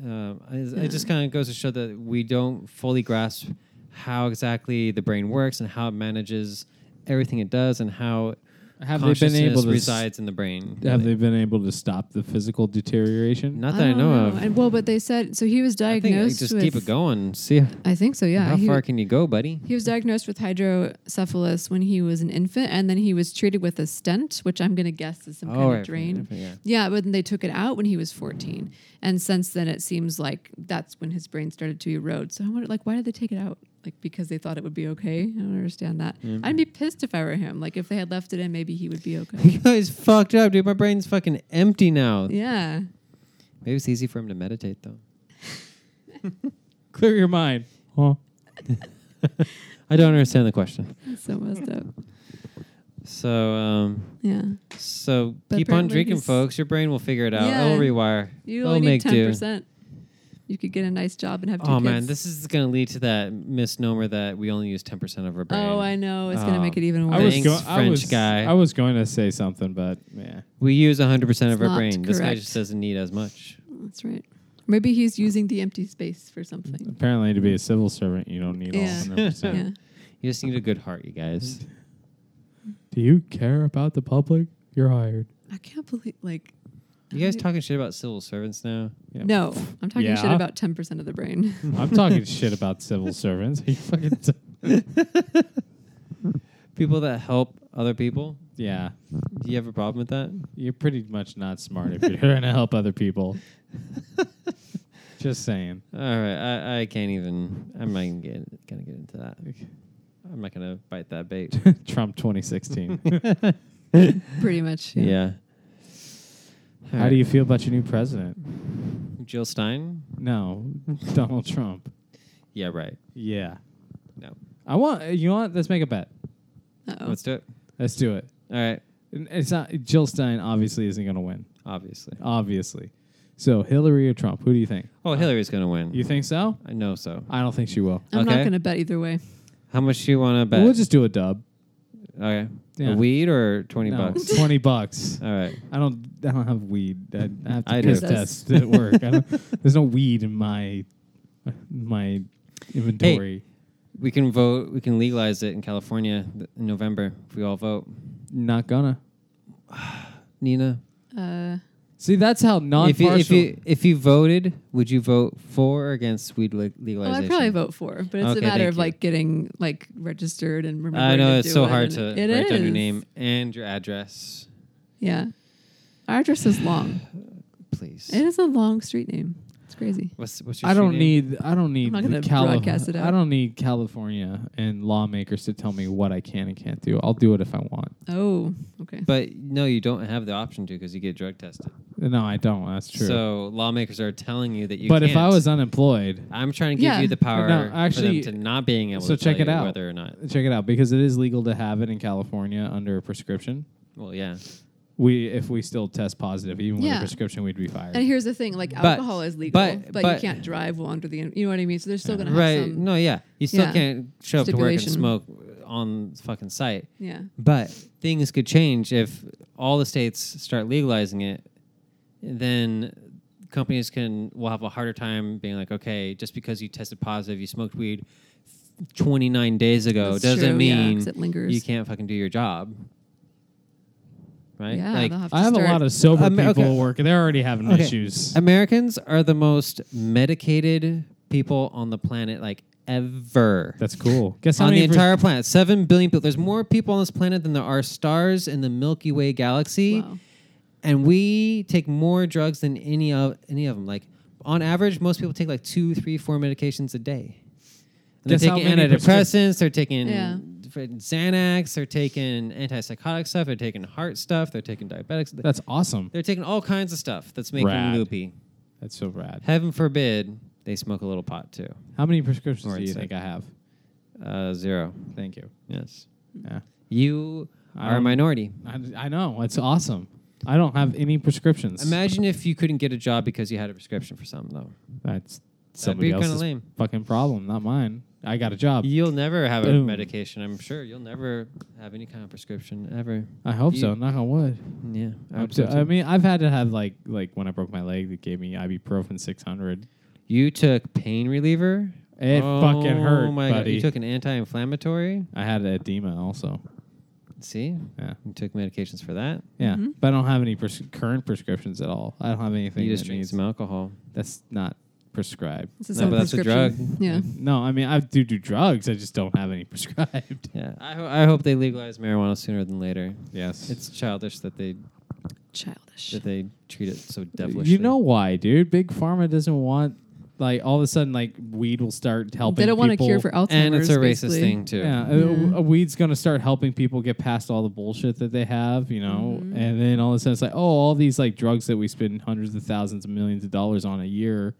uh, it it just kind of goes to show that we don't fully grasp how exactly the brain works and how it manages everything it does and how have they been consciousness able to s- resides in the brain. have really. they been able to stop the physical deterioration? Not that I, don't know, of. And, well, but they said so. He was I think diagnosed. just with, keep it going. See how I think so. Yeah. how he, far can you go, buddy? he was diagnosed with hydrocephalus when he was an infant, and then he was treated with a stent, which I'm going to guess Oh, is some kind of drain. Yeah, but then they took it out when he was 14, and since then it seems like that's when his brain started to erode. So I wonder, like, why did they take it out? Like because they thought it would be okay. I don't understand that. I'd be pissed if I were him. Like if they had left it in, maybe he would be okay. You guys fucked up, dude. My brain's fucking empty now. yeah. Maybe it's easy for him to meditate though. Clear your mind. Huh? I don't understand the question. That's so messed up. So, um, Yeah. so But keep on apparently drinking, he's- folks. Your brain will figure it out. Yeah. It'll rewire. You It'll only need make ten do. percent. You could get a nice job and have two Oh kids. man, this is gonna lead to that misnomer that we only use ten percent of our brain. Oh, I know. It's gonna Oh. make it even I worse. was Thanks, French I was, guy. I was going to say something, but yeah. we use hundred percent of It's our not brain. This guy correct. just doesn't need as much. That's right. Maybe he's using the empty space for something. Apparently, to be a civil servant, you don't need Yeah. all 100%. yeah. You just need a good heart, you guys. Do you care about the public? You're hired. I can't believe like You guys talking shit about civil servants now? Yeah. no. I'm talking shit Yeah. about ten percent of the brain. I'm talking shit about civil servants. You fucking t- People that help other people. yeah. Do you have a problem with that? You're pretty much not smart if you're trying to help other people. Just saying. All right, I, I can't even. I'm not even get, gonna get into that. I'm not gonna bite that bait. Trump 2016. Pretty much. yeah. All How do you feel about your new president? right. Jill Stein? No, Donald Trump. Yeah, right. Yeah. No, I want, you want, let's make a bet. Uh-oh. let's do it. Let's do it. All right, N- It's not, Jill Stein obviously isn't going to win, obviously. Uh, obviously. So Hillary or Trump, who do you think? Oh, Hillary's gonna win. uh, You think so? I know so. I don't think she will. I'm not Okay. going to bet either way. How much do you want to bet? We'll just do a dub. okay, Yeah. a weed or twenty No, bucks. 20 bucks. All right. I don't. I don't have weed. I, I have to I do. piss He does. test at work. I don't, there's no weed in my my inventory. We can vote. We can legalize it in California th- in November if we all vote. Not gonna. Nina, Uh, See, that's how non if you, if partial. you if you voted, would you vote for or against weed le- well, Oh, legalization? I probably vote for, but it's Okay, a matter thank of you. like getting like registered and remembering. I know to it's do so it, hard to and it write down your is. name and your address. Yeah, our address is long. Please. It is a long street name. It's crazy. What's what's your I don't street name? need. I don't need. not the gonna Cali- broadcast it out. I don't need California and lawmakers to tell me what I can and can't do. I'll do it if I want. Oh, okay. But no, you don't have the option to because you get drug tested. No, I don't. That's true. So lawmakers are telling you that you. but if I can't. was unemployed, I'm trying to give Yeah. you the power No, actually, actually- for them to not being able so to tell check it you out. whether or not. check it out because it is legal to have it in California under a prescription. Well, yeah. We if we still test positive, even with Yeah. a prescription, we'd be fired. And here's the thing: like alcohol is legal, but- but, but- you can't drive while under the. in- You know what I mean? So they're still gonna have Right. some. No, yeah. You still Yeah. can't show up to work and Stipulation. smoke on fucking site. Yeah. But things could change if all the states start legalizing it. Then companies can will have a harder time being like, okay, just because you tested positive, you smoked weed 29 days ago, That's doesn't true, yeah, mean 'cause it lingers. you can't fucking do your job. Right? Yeah. like, they'll have to I have a start- lot of sober Um, people okay. at work. They're already having Okay. Um, issues. Americans are the most medicated people on the planet, like ever. That's cool. Guess how on the many per- entire planet, seven billion people. There's more people on this planet than there are stars in the Milky Way galaxy, Wow. and we take more drugs than any of any of them. Like on average, most people take like two, three, four medications a day. And they're Guess how taking many antidepressants. They're taking Yeah. Xanax. They're taking antipsychotic stuff. They're taking heart stuff. They're taking diabetics. That's awesome. They're taking all kinds of stuff that's making Rad. them loopy. That's so rad. Heaven forbid they smoke a little pot too. How many prescriptions Or do you it's think I have? Uh, zero. Thank you. Yes. Yeah. You I are a don't- minority. I, I know. It's awesome. I don't have any prescriptions. Imagine if you couldn't get a job because you had a prescription for something, though. That's somebody kinda else's lame. fucking problem, not mine. I got a job. You'll never have a Uh, Boom. medication, I'm sure. You'll never have any kind of prescription ever. I hope You- so. Knock on wood. Yeah. I, hope so. I mean, I've had to have like like when I broke my leg, they gave me ibuprofen 600. you took pain reliever. It fucking hurt, Oh my god! You buddy. took an anti-inflammatory. I had edema also. See, Yeah. you took medications for that. Yeah, but I don't have any pres- current prescriptions at all. I don't have anything. you just that drink needs- some alcohol. That's not prescribed. It's a No, but that's a self-prescription. drug. Yeah. No, I mean I do do drugs. I just don't have any prescribed. Yeah. I, ho- I hope they legalize marijuana sooner than later. Yes, It's childish that they Childish. that they treat it so devilishly. you know why, dude? Big pharma doesn't want like all of a sudden like weed will start helping. They don't want a people- cure for Alzheimer's. and it's a racist basically. thing too. Yeah, a- A, weed's gonna start helping people get past all the bullshit that they have, you know, Mm-hmm. and then all of a sudden it's like, oh, all these like drugs that we spend hundreds of thousands of millions of dollars on a year,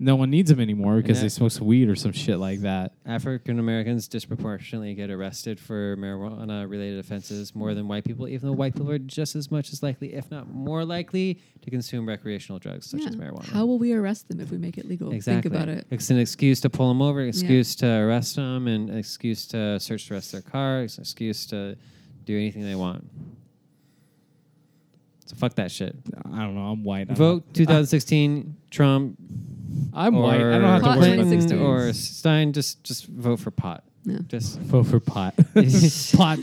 no one needs them anymore because that- they smoke some weed or some shit like that. African Americans disproportionately get arrested for marijuana related offenses more than white people, even though white people are just as much as likely, if not more likely, to consume recreational drugs such Yeah. as marijuana. How will we arrest them if we make it legal? exactly. Think about it. It's an excuse to pull them over, an excuse to arrest them, and an excuse to search the rest of their car, it's an excuse to do anything they want. So fuck that shit. I don't know. I'm white. I'm Vote 2016 Trump not- I'm or white. I don't have to Pot worry about these 2016. Clinton or dudes. Stein. Just just vote for pot. Yeah. Just vote for pot. pot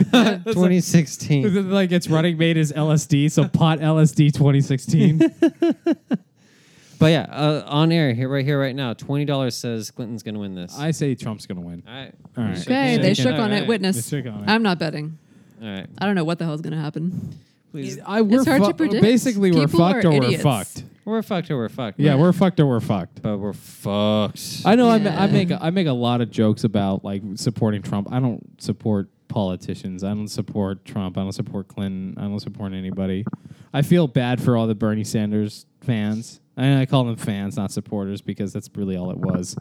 It's like- 2016. it's like its running mate is LSD, so pot LSD 2016. But yeah, uh, on air here, right here, right now, twenty dollars says Clinton's gonna win this. I say Trump's gonna win. all right, All right. Shook Okay, hands. they Shaking shook it. on it. All right. Let's Witness. check on it. I'm not betting. All right. I don't know what the hell's gonna happen. Please. I, we're hard to fu- predict. Basically, we're People fucked are or we're idiots. fucked. We're fucked or we're fucked. Yeah, we're fucked or we're fucked. But we're fucked. I know I, ma- I Yeah. make I make a lot of jokes about like supporting Trump. I don't support politicians. I don't support Trump. I don't support Clinton. I don't support anybody. I feel bad for all the Bernie Sanders fans. And I call them fans, not supporters, because that's really all it was.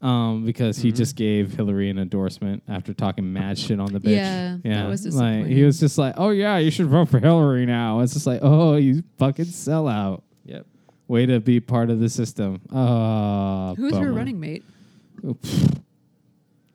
Um, because he just gave Hillary an endorsement after talking mad shit on the bitch. Yeah, that was like he disappointing. was just like, "Oh yeah, you should vote for Hillary now." It's just like, "Oh, you fucking sellout." yep. Way to be part of the system. Oh, Who's her bummer. running mate?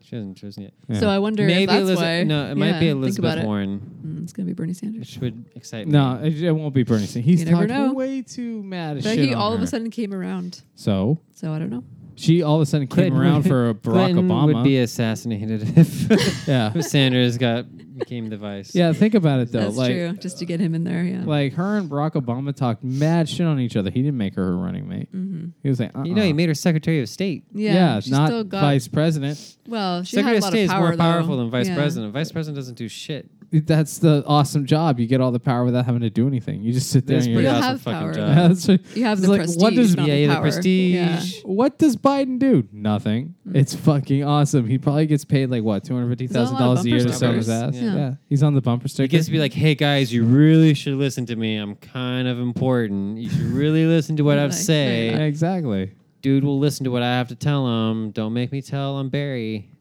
She hasn't chosen yet. Yeah. So I wonder if that's Eliza- why. No, it Yeah, might be think Elizabeth about it. Warren, Mm, it's gonna be Bernie Sanders. which would excite me. No, it, it won't be Bernie Sanders. He's You never talked know. way too mad as But shit he on all of her. a sudden came around. So So I don't know. she all of a sudden came Clinton- around for a Barack Clinton Obama. would be assassinated if yeah, Sanders got became the vice. yeah. Think about it though. That's like, true. Just to get him in there, yeah. like her and Barack Obama talked mad shit on each other. He didn't make her her running mate. Mm-hmm. He was like, uh You know, he made her Secretary of State. yeah, she not still got vice president. well. She Secretary had a of lot State of power, is more though. powerful than Vice Yeah. President. Vice President doesn't do shit. That's the awesome job. You get all the power without having to do anything. You just sit there. That's and you're pretty You'll awesome have fucking power. job. Yeah, that's right. You have It's the like, prestige. What does not yeah, the yeah, the power. prestige. Yeah. what does Biden do? Nothing. It's fucking awesome. He probably gets paid like what two hundred fifty thousand dollars a year He's to on a lot of sell his bumper ass. stickers. Yeah. Yeah. he's on the bumper He sticker. gets to be like, "Hey guys, you really should listen to me. I'm kind of important. You should really listen to what I have to Like, say." Yeah, exactly. dude will listen to what I have to tell him. Don't make me tell him Barry.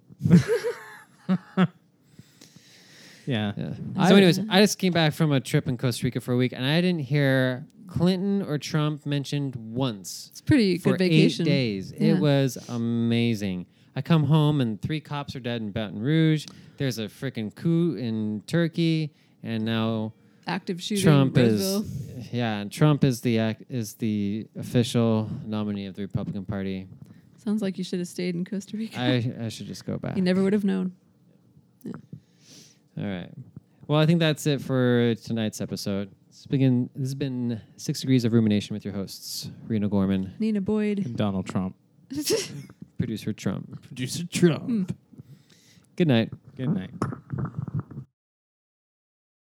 Yeah. Yeah. I- So, anyways, I just came back from a trip in Costa Rica for a week, and I didn't hear Clinton or Trump mentioned once It's pretty for good vacation. eight days. Yeah. It was amazing. I come home and three cops are dead in Baton Rouge. There's a freaking coup in Turkey, and now Active shooting. Trump Roseville. is yeah, and Trump is the ac- is the official nominee of the Republican Party. Sounds like you should have stayed in Costa Rica. I I should just go back. you never would have known. All right. Well, I think that's it for tonight's episode. This, begin, this has been Six Degrees of Rumination with your hosts, Rena Gorman, Nina Boyd. And Donald Trump. producer Trump. Producer Trump. Good night. Good night.